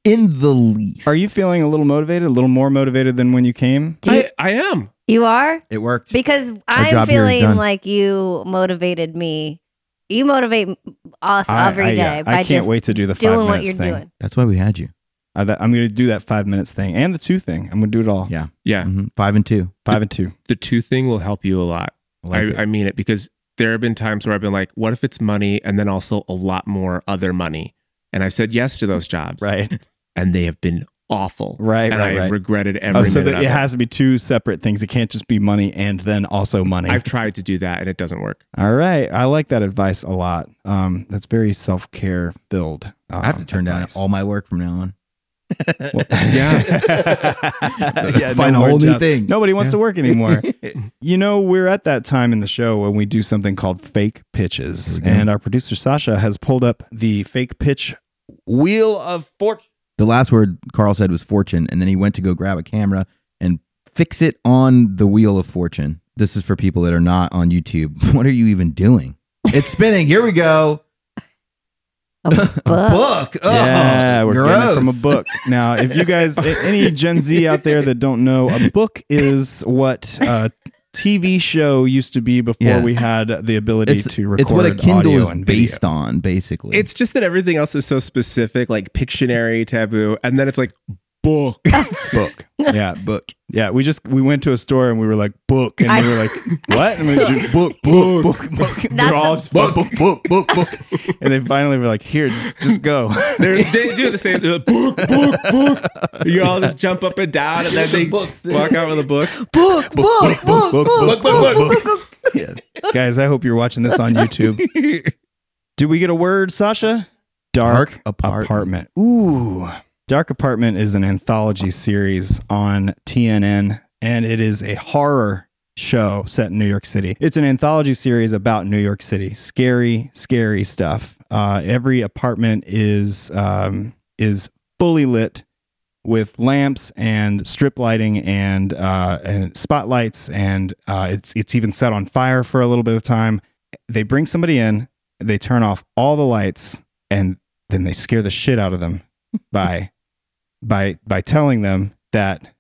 Speaker 2: in the least.
Speaker 3: Are you feeling a little motivated? A little more motivated than when you came?
Speaker 1: Do you-
Speaker 4: I, I am.
Speaker 1: You are?
Speaker 2: It worked.
Speaker 1: Because
Speaker 2: job
Speaker 1: I'm
Speaker 2: here is
Speaker 1: feeling
Speaker 2: done.
Speaker 1: like you motivated me. You motivate us every day
Speaker 3: yeah,
Speaker 1: by
Speaker 3: I can't
Speaker 1: just
Speaker 3: wait to do the five
Speaker 1: doing
Speaker 3: minutes
Speaker 1: what you're
Speaker 3: thing. *laughs*
Speaker 1: doing.
Speaker 2: That's why we had you.
Speaker 3: I, that, I'm going to do that five minutes thing and the two thing. I'm going to do it all.
Speaker 2: Yeah.
Speaker 4: Yeah,
Speaker 2: Mhm. Five and two.
Speaker 3: Five and two.
Speaker 4: the two thing will help you a lot.
Speaker 2: like it.
Speaker 4: I, I mean it because there have been times where I've been like, what if it's money and then also a lot more other money? And I've said yes to those jobs. *laughs*
Speaker 3: Right.
Speaker 4: And they have been awful.
Speaker 3: Right,
Speaker 4: And
Speaker 3: right,
Speaker 4: I
Speaker 3: right.
Speaker 4: regretted every
Speaker 3: Oh, so
Speaker 4: minute
Speaker 3: that
Speaker 4: of
Speaker 3: it
Speaker 4: it.
Speaker 3: has to be two separate things. It can't just be money and then also money.
Speaker 4: I've tried to do that and it doesn't work.
Speaker 3: all right. I like that advice a lot. Um, that's very self care filled. um,
Speaker 2: I have to turn down all my work from now on.
Speaker 3: *laughs* yeah,
Speaker 2: Find
Speaker 3: no
Speaker 2: a
Speaker 3: more
Speaker 2: whole new
Speaker 3: jobs.
Speaker 2: thing.
Speaker 3: Nobody wants
Speaker 2: Yeah.
Speaker 3: to
Speaker 2: *laughs*
Speaker 3: work anymore. you know, we're at that time in the show when we do something called fake pitches,
Speaker 2: Here we go.
Speaker 3: and our producer Sasha has pulled up the fake pitch wheel of fortune.
Speaker 2: The last word Carl said was fortune, and then he went to go grab a camera and fix it on the wheel of fortune. This is for people that are not on YouTube. *laughs* What are you even doing? It's spinning. Here we go.
Speaker 1: A book.
Speaker 2: Book. Oh,
Speaker 3: yeah, we're getting it
Speaker 2: gross.
Speaker 3: from a book. Now, if you guys,
Speaker 2: *laughs*
Speaker 3: a- any Gen Z out there that don't know, a book is what uh, TV show used to be before
Speaker 2: Yeah.
Speaker 3: we had the ability
Speaker 2: It's,
Speaker 3: to record
Speaker 2: it's what a Kindle
Speaker 3: audio
Speaker 2: is
Speaker 3: and video.
Speaker 2: based on, basically.
Speaker 4: It's just that everything else is so specific, like Pictionary, Taboo, and then it's like book.
Speaker 3: book. Yeah, book. Yeah, we just we went to a store and we were like book, and they were like what? And we were just, book, book, book, book. We
Speaker 1: That's
Speaker 3: We're all
Speaker 1: a-
Speaker 3: just book, book, book, book, *laughs* book. And they finally were like, here, just just go.
Speaker 4: They're, they do the same. They're like, book, book, book. You all just jump up and down, and
Speaker 3: *laughs*
Speaker 4: then they walk out with a book.
Speaker 1: Book, book, book, book,
Speaker 3: book, book,
Speaker 1: book, book,
Speaker 3: book,
Speaker 1: book.
Speaker 3: Guys, I hope you're watching this on YouTube. Did we get a word, Sasha? Dark
Speaker 2: Dark Apartment.
Speaker 3: apartment. Ooh, Dark Apartment is an anthology series on TNN, and it is a horror show set in New York City. It's an anthology series about New York City. Scary, scary stuff. Uh, every apartment is um, is fully lit with lamps and strip lighting and uh, and spotlights, and uh, it's it's even set on fire for a little bit of time. They bring somebody in, they turn off all the lights, and then they scare the shit out of
Speaker 4: *laughs*
Speaker 3: them by by by telling them that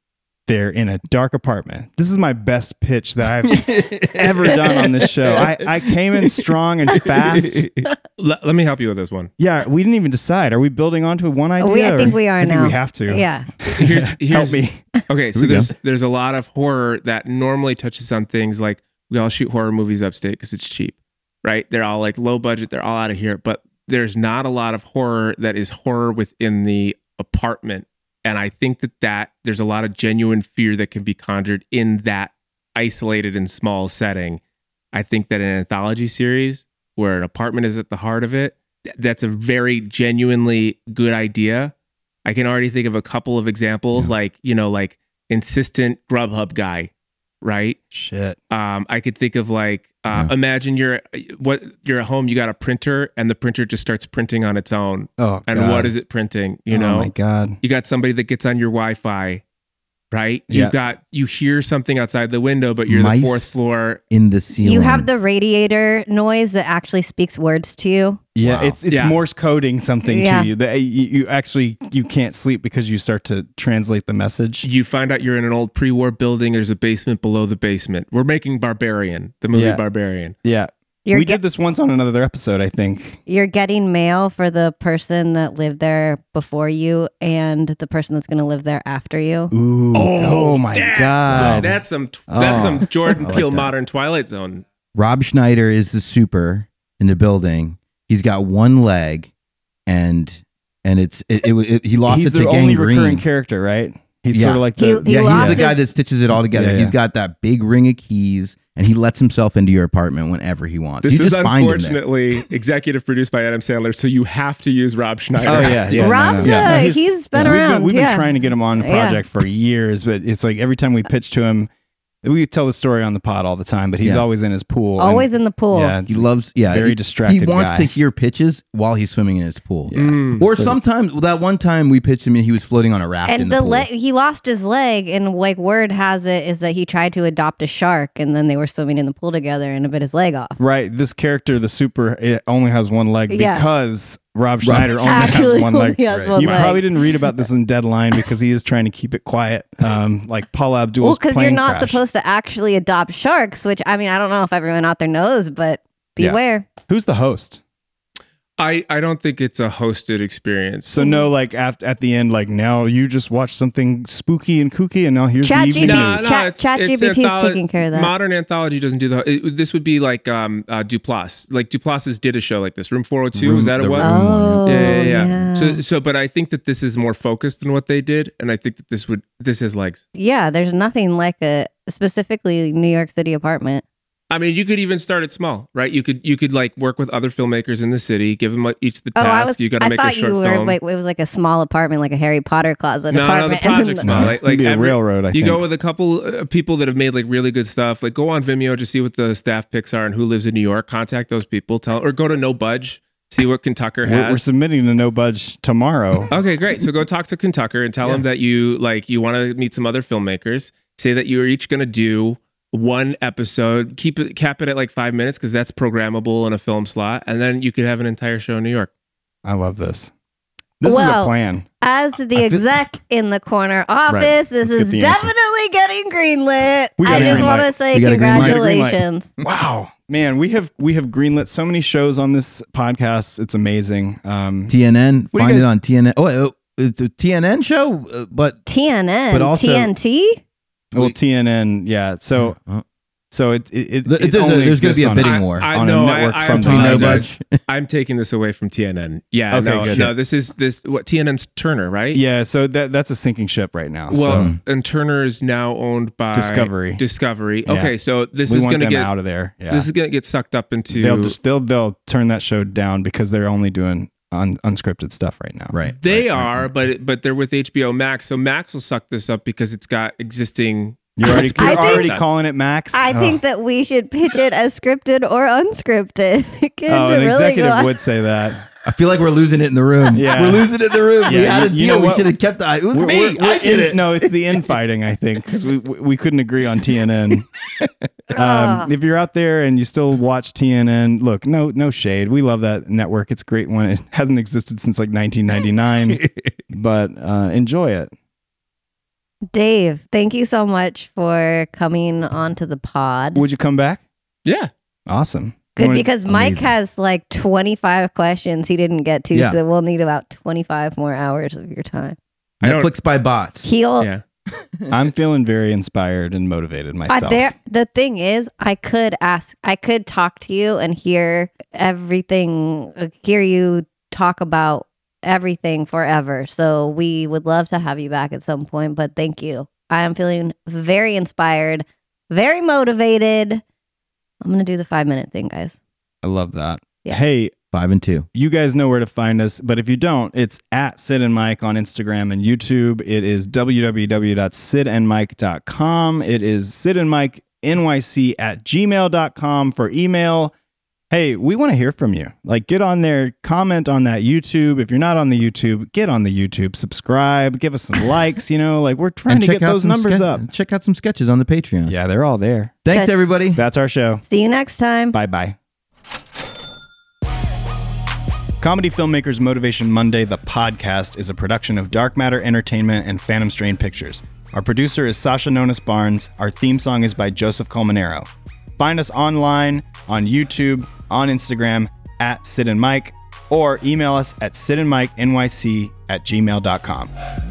Speaker 3: they're in a dark apartment. This is my best pitch that I've
Speaker 4: *laughs*
Speaker 3: ever done on this show. I, I came in strong and fast.
Speaker 4: L- *laughs* let me help you with this one.
Speaker 3: Yeah, we didn't even decide. Are we building onto one idea?
Speaker 1: We- I
Speaker 3: or-
Speaker 1: think we are
Speaker 3: I think
Speaker 1: now.
Speaker 3: we have to.
Speaker 1: Yeah.
Speaker 4: Here's,
Speaker 3: *laughs* Help
Speaker 4: here's,
Speaker 3: me.
Speaker 4: Okay, so
Speaker 2: we go.
Speaker 4: there's there's a lot of horror that normally touches on things like we all shoot horror movies upstate because it's cheap, right? They're all like low budget, they're all out of here, but there's not a lot of horror that is horror within the apartment, and I think that that there's a lot of genuine fear that can be conjured in that isolated and small setting. I think that an anthology series where an apartment is at the heart of it, th- that's a very genuinely good idea. I can already think of a couple of examples, like you know, like insistent Grubhub guy, right?
Speaker 3: Shit.
Speaker 4: Um, I could think of like uh,
Speaker 2: Yeah.
Speaker 4: imagine you're what you're at home, you got a printer, and the printer just starts printing on its own.
Speaker 3: Oh,
Speaker 4: And
Speaker 3: God.
Speaker 4: what is it printing? You
Speaker 3: Oh
Speaker 4: know,
Speaker 3: my God.
Speaker 4: you got somebody that gets on your Wi-Fi, right?
Speaker 3: Yeah.
Speaker 4: You've got you hear something outside the window, but you're
Speaker 2: Mice.
Speaker 4: the fourth floor.
Speaker 2: in the ceiling.
Speaker 1: You have the radiator noise that actually speaks words to you.
Speaker 3: Yeah,
Speaker 2: Wow.
Speaker 3: it's it's
Speaker 4: Yeah.
Speaker 3: Morse coding something
Speaker 1: Yeah.
Speaker 3: to you that you, you actually you can't sleep because you start to translate the message.
Speaker 4: You find out you're in an old pre-war building. There's a basement below the basement. We're making Barbarian, the movie
Speaker 3: Yeah.
Speaker 4: Barbarian.
Speaker 3: Yeah,
Speaker 1: You're
Speaker 3: we
Speaker 1: get-
Speaker 3: did this once on another episode, I think.
Speaker 1: you're getting mail for the person that lived there before you and the person that's going to live there after you.
Speaker 3: Ooh, oh, my
Speaker 4: that's
Speaker 3: god,
Speaker 4: good. That's some that's
Speaker 2: Oh,
Speaker 4: some Jordan
Speaker 2: I like
Speaker 4: Peele
Speaker 2: that.
Speaker 4: modern Twilight Zone.
Speaker 2: Rob Schneider is the super in the building. He's got one leg, and and it's it. it, it he lost
Speaker 3: he's
Speaker 2: it
Speaker 3: the
Speaker 2: to
Speaker 3: only recurring
Speaker 2: gangrene.
Speaker 3: character, right? He's
Speaker 2: Yeah.
Speaker 3: sort of like the
Speaker 1: He- he
Speaker 2: yeah, he's
Speaker 1: lost
Speaker 2: the guy
Speaker 1: his-
Speaker 2: that stitches it all together.
Speaker 3: Yeah, yeah.
Speaker 2: He's got that big ring of keys, and he lets himself into your apartment whenever he wants.
Speaker 4: This
Speaker 2: you
Speaker 4: is
Speaker 2: just find him there.
Speaker 4: unfortunately *laughs* executive produced by Adam Sandler, so you have to use Rob Schneider.
Speaker 3: Oh yeah, yeah.
Speaker 1: Rob's a-
Speaker 3: Yeah.
Speaker 1: he's been
Speaker 3: we've
Speaker 1: around,
Speaker 3: Been, we've
Speaker 1: yeah.
Speaker 3: been trying to get him on the
Speaker 1: Yeah.
Speaker 3: project for years, but it's like every time we pitch to him, we tell the story on the pod all the time, but he's
Speaker 2: Yeah.
Speaker 3: always in his pool. and-
Speaker 1: Always in the pool.
Speaker 3: Yeah, it's
Speaker 2: He loves yeah.
Speaker 3: very
Speaker 2: he,
Speaker 3: distracted
Speaker 2: He wants
Speaker 3: guy.
Speaker 2: to hear pitches while he's swimming in his pool.
Speaker 4: Mm.
Speaker 2: Or
Speaker 3: So-
Speaker 2: sometimes well, that one time we pitched him and he was floating on a raft in
Speaker 1: And
Speaker 2: the,
Speaker 1: the
Speaker 2: pool.
Speaker 1: leg, he lost his leg, and like word has it is that he tried to adopt a shark, and then they were swimming in the pool together, and it bit his leg off.
Speaker 3: Right, this character, the super, it only has one leg
Speaker 1: Yeah.
Speaker 3: because Rob Schneider only Oh, has
Speaker 1: *laughs*
Speaker 3: one leg.
Speaker 1: he has
Speaker 2: Right.
Speaker 1: one
Speaker 3: you
Speaker 1: leg.
Speaker 3: probably didn't read about this in Deadline because he is trying to keep it quiet, um, like Paul Abdul's
Speaker 1: well, because you're
Speaker 3: plane
Speaker 1: not
Speaker 3: crash.
Speaker 1: supposed to actually adopt sharks, which I mean, I don't know if everyone out there knows, but
Speaker 3: Yeah.
Speaker 1: beware.
Speaker 3: Who's the host?
Speaker 4: I, I don't think it's a hosted experience.
Speaker 1: Mm.
Speaker 3: So no, like at, at the end, like now you just watched something spooky and kooky, and now here's
Speaker 1: Chat
Speaker 3: the evening
Speaker 1: GPT.
Speaker 3: news.
Speaker 1: Nah, Chat- ChatGPT is
Speaker 4: antholo-
Speaker 1: taking care of that.
Speaker 4: Modern anthology doesn't do the. It, this would be like um, uh, Duplass. Like Duplasses did a show like this. Room 402,
Speaker 2: Room-
Speaker 4: is that
Speaker 2: the
Speaker 4: it was?
Speaker 2: room.
Speaker 1: Oh,
Speaker 4: yeah, yeah, yeah.
Speaker 1: yeah.
Speaker 4: So, so, but I think that this is more focused than what they did, and I think that this would this has legs.
Speaker 1: Yeah, there's nothing like a specifically New York City apartment.
Speaker 4: I mean, you could even start it small, right? You could you could like work with other filmmakers in the city, give them each the
Speaker 1: Oh,
Speaker 4: task.
Speaker 1: I was.
Speaker 4: you got
Speaker 1: I
Speaker 4: to make a
Speaker 1: thought
Speaker 4: short
Speaker 1: you were
Speaker 4: film.
Speaker 1: like it was like a small apartment, like a Harry Potter closet
Speaker 4: no, no, the
Speaker 1: apartment.
Speaker 4: *laughs*
Speaker 3: *laughs*
Speaker 4: project's
Speaker 3: No,
Speaker 4: small.
Speaker 3: it's
Speaker 4: Like,
Speaker 3: gonna
Speaker 4: like
Speaker 3: be a
Speaker 4: every-
Speaker 3: railroad. I
Speaker 4: you
Speaker 3: think.
Speaker 4: go with a couple uh, people that have made like really good stuff. Like go on Vimeo, just see what the staff picks are and who lives in New York. Contact those people. Tell or go to No Budge, see what Kentucker
Speaker 3: we're, we're
Speaker 4: has.
Speaker 3: submitting to No Budge
Speaker 4: *laughs*
Speaker 3: tomorrow.
Speaker 4: okay, great. So go talk to Kentucker and tell them that you like you want to meet some other filmmakers. Say that you are each going to do one episode. Keep it cap it at like five minutes because that's programmable in a film slot, and then you could have an entire show in New York.
Speaker 3: I love this. This is a
Speaker 1: Well,
Speaker 3: plan.
Speaker 1: As the
Speaker 2: I feel-
Speaker 1: exec in the corner office, this
Speaker 3: Let's get
Speaker 1: is
Speaker 3: the answer.
Speaker 1: definitely getting greenlit.
Speaker 3: We got
Speaker 1: I
Speaker 3: a
Speaker 1: just
Speaker 3: green
Speaker 1: want to
Speaker 3: light.
Speaker 1: say
Speaker 2: We got a green light.
Speaker 3: We got a green light.
Speaker 1: congratulations.
Speaker 3: Wow, man, we have we have greenlit so many shows on this podcast. It's amazing. Um,
Speaker 2: TNN.
Speaker 3: What do
Speaker 2: find
Speaker 3: you guys-
Speaker 2: it on TNN. Oh, uh, it's a TNN show, uh, but
Speaker 1: TNN,
Speaker 2: But also-
Speaker 1: TNT.
Speaker 3: well, TNN, yeah. So
Speaker 2: Uh,
Speaker 3: so it it, it,
Speaker 2: Th-
Speaker 3: it
Speaker 2: there's a-
Speaker 3: only
Speaker 2: there's gonna be
Speaker 3: exists
Speaker 2: a
Speaker 3: on-
Speaker 2: bidding
Speaker 4: I-
Speaker 2: war
Speaker 4: I
Speaker 3: on
Speaker 4: know,
Speaker 3: a
Speaker 4: I-
Speaker 3: network
Speaker 4: I
Speaker 3: from
Speaker 2: between No
Speaker 4: apologize.
Speaker 2: Budge.
Speaker 4: I'm taking this away from TNN. Yeah.
Speaker 3: Okay,
Speaker 4: no,
Speaker 3: good.
Speaker 4: no, this is this what TNN's Turner, right?
Speaker 3: Yeah, so that that's a sinking ship right now.
Speaker 4: Well,
Speaker 3: so
Speaker 4: and Turner is now owned by
Speaker 3: Discovery.
Speaker 4: Discovery.
Speaker 3: Yeah.
Speaker 4: Okay, so this
Speaker 3: we
Speaker 4: is
Speaker 3: want
Speaker 4: going to
Speaker 3: them
Speaker 4: get
Speaker 3: out of there. Yeah,
Speaker 4: this is going to get sucked up into.
Speaker 3: they'll just they'll they'll turn that show down because they're only doing un, unscripted stuff right now.
Speaker 2: *laughs* right.
Speaker 4: they
Speaker 2: right, right,
Speaker 4: are,
Speaker 2: right.
Speaker 4: but it- but they're with HBO Max, so Max will suck this up because it's got existing.
Speaker 3: You're already,
Speaker 4: I
Speaker 3: you're
Speaker 1: think-
Speaker 3: already calling it Max.
Speaker 1: I
Speaker 3: Oh.
Speaker 1: think that we should pitch it as scripted or unscripted. *laughs* It could
Speaker 3: Oh, an
Speaker 1: really go
Speaker 3: executive
Speaker 1: on.
Speaker 3: would say that.
Speaker 2: I feel like we're losing it in the room.
Speaker 3: Yeah.
Speaker 2: We're losing it in the room. we
Speaker 3: Yeah,
Speaker 2: had a
Speaker 3: you- you know
Speaker 2: deal. we
Speaker 3: what?
Speaker 2: should have kept that. It was me. I did
Speaker 3: in-
Speaker 2: it.
Speaker 3: No, it's the infighting. I think because we we we couldn't agree on
Speaker 2: *laughs*
Speaker 3: TNN.
Speaker 1: Ah.
Speaker 3: um, if you're out there and you still watch TNN, look, no no shade. We love that network. It's a great one. It *laughs* hasn't existed since
Speaker 2: *laughs*
Speaker 3: like 1999, but uh, enjoy it.
Speaker 1: Dave, thank you so much for coming onto the pod.
Speaker 3: Would you come back?
Speaker 4: Yeah,
Speaker 3: Awesome. You
Speaker 1: Good
Speaker 3: wanna-
Speaker 1: because Mike
Speaker 2: Amazing.
Speaker 1: has like 25 questions he didn't get to,
Speaker 2: Yeah.
Speaker 1: so we'll need about 25 more hours of your time.
Speaker 4: I don't-
Speaker 2: Netflix by bots.
Speaker 1: He'll
Speaker 4: yeah.
Speaker 3: I'm feeling very inspired and motivated myself.
Speaker 1: Uh, there, the thing is, I could ask, I could talk to you and hear everything, uh, hear you talk about everything forever. So we would love to have you back at some point, but thank you. I am feeling very inspired, very motivated. I'm going to do the five minute thing, guys.
Speaker 3: I love that.
Speaker 1: Yeah.
Speaker 3: Hey,
Speaker 2: Five and two.
Speaker 3: you guys know where to find us, but if you don't, it's at Sid and Mike on Instagram and YouTube. It is www.sidandmike.com. It is Sid and Mike NYC at gmail.com for email. Hey, we want to hear from you. Like, get on there, comment on that YouTube. If you're not on the YouTube, get on the YouTube, subscribe, give us some likes. You know, like we're trying to get those
Speaker 2: some
Speaker 3: numbers
Speaker 2: ske-
Speaker 3: up.
Speaker 2: Check out some sketches on the Patreon.
Speaker 3: Yeah, they're all there.
Speaker 2: Thanks,
Speaker 1: Check-
Speaker 2: everybody.
Speaker 3: That's our show.
Speaker 1: See you next time.
Speaker 3: Bye bye. Comedy Filmmakers Motivation Monday, the podcast, is a production of Dark Matter Entertainment and Phantom Strain Pictures. Our producer is Sasha Nonis Barnes. Our theme song is by Joseph Colmenero. Find us online, on YouTube, on Instagram, at Sid and Mike, or email us at sidandmikenyc at gmail.com.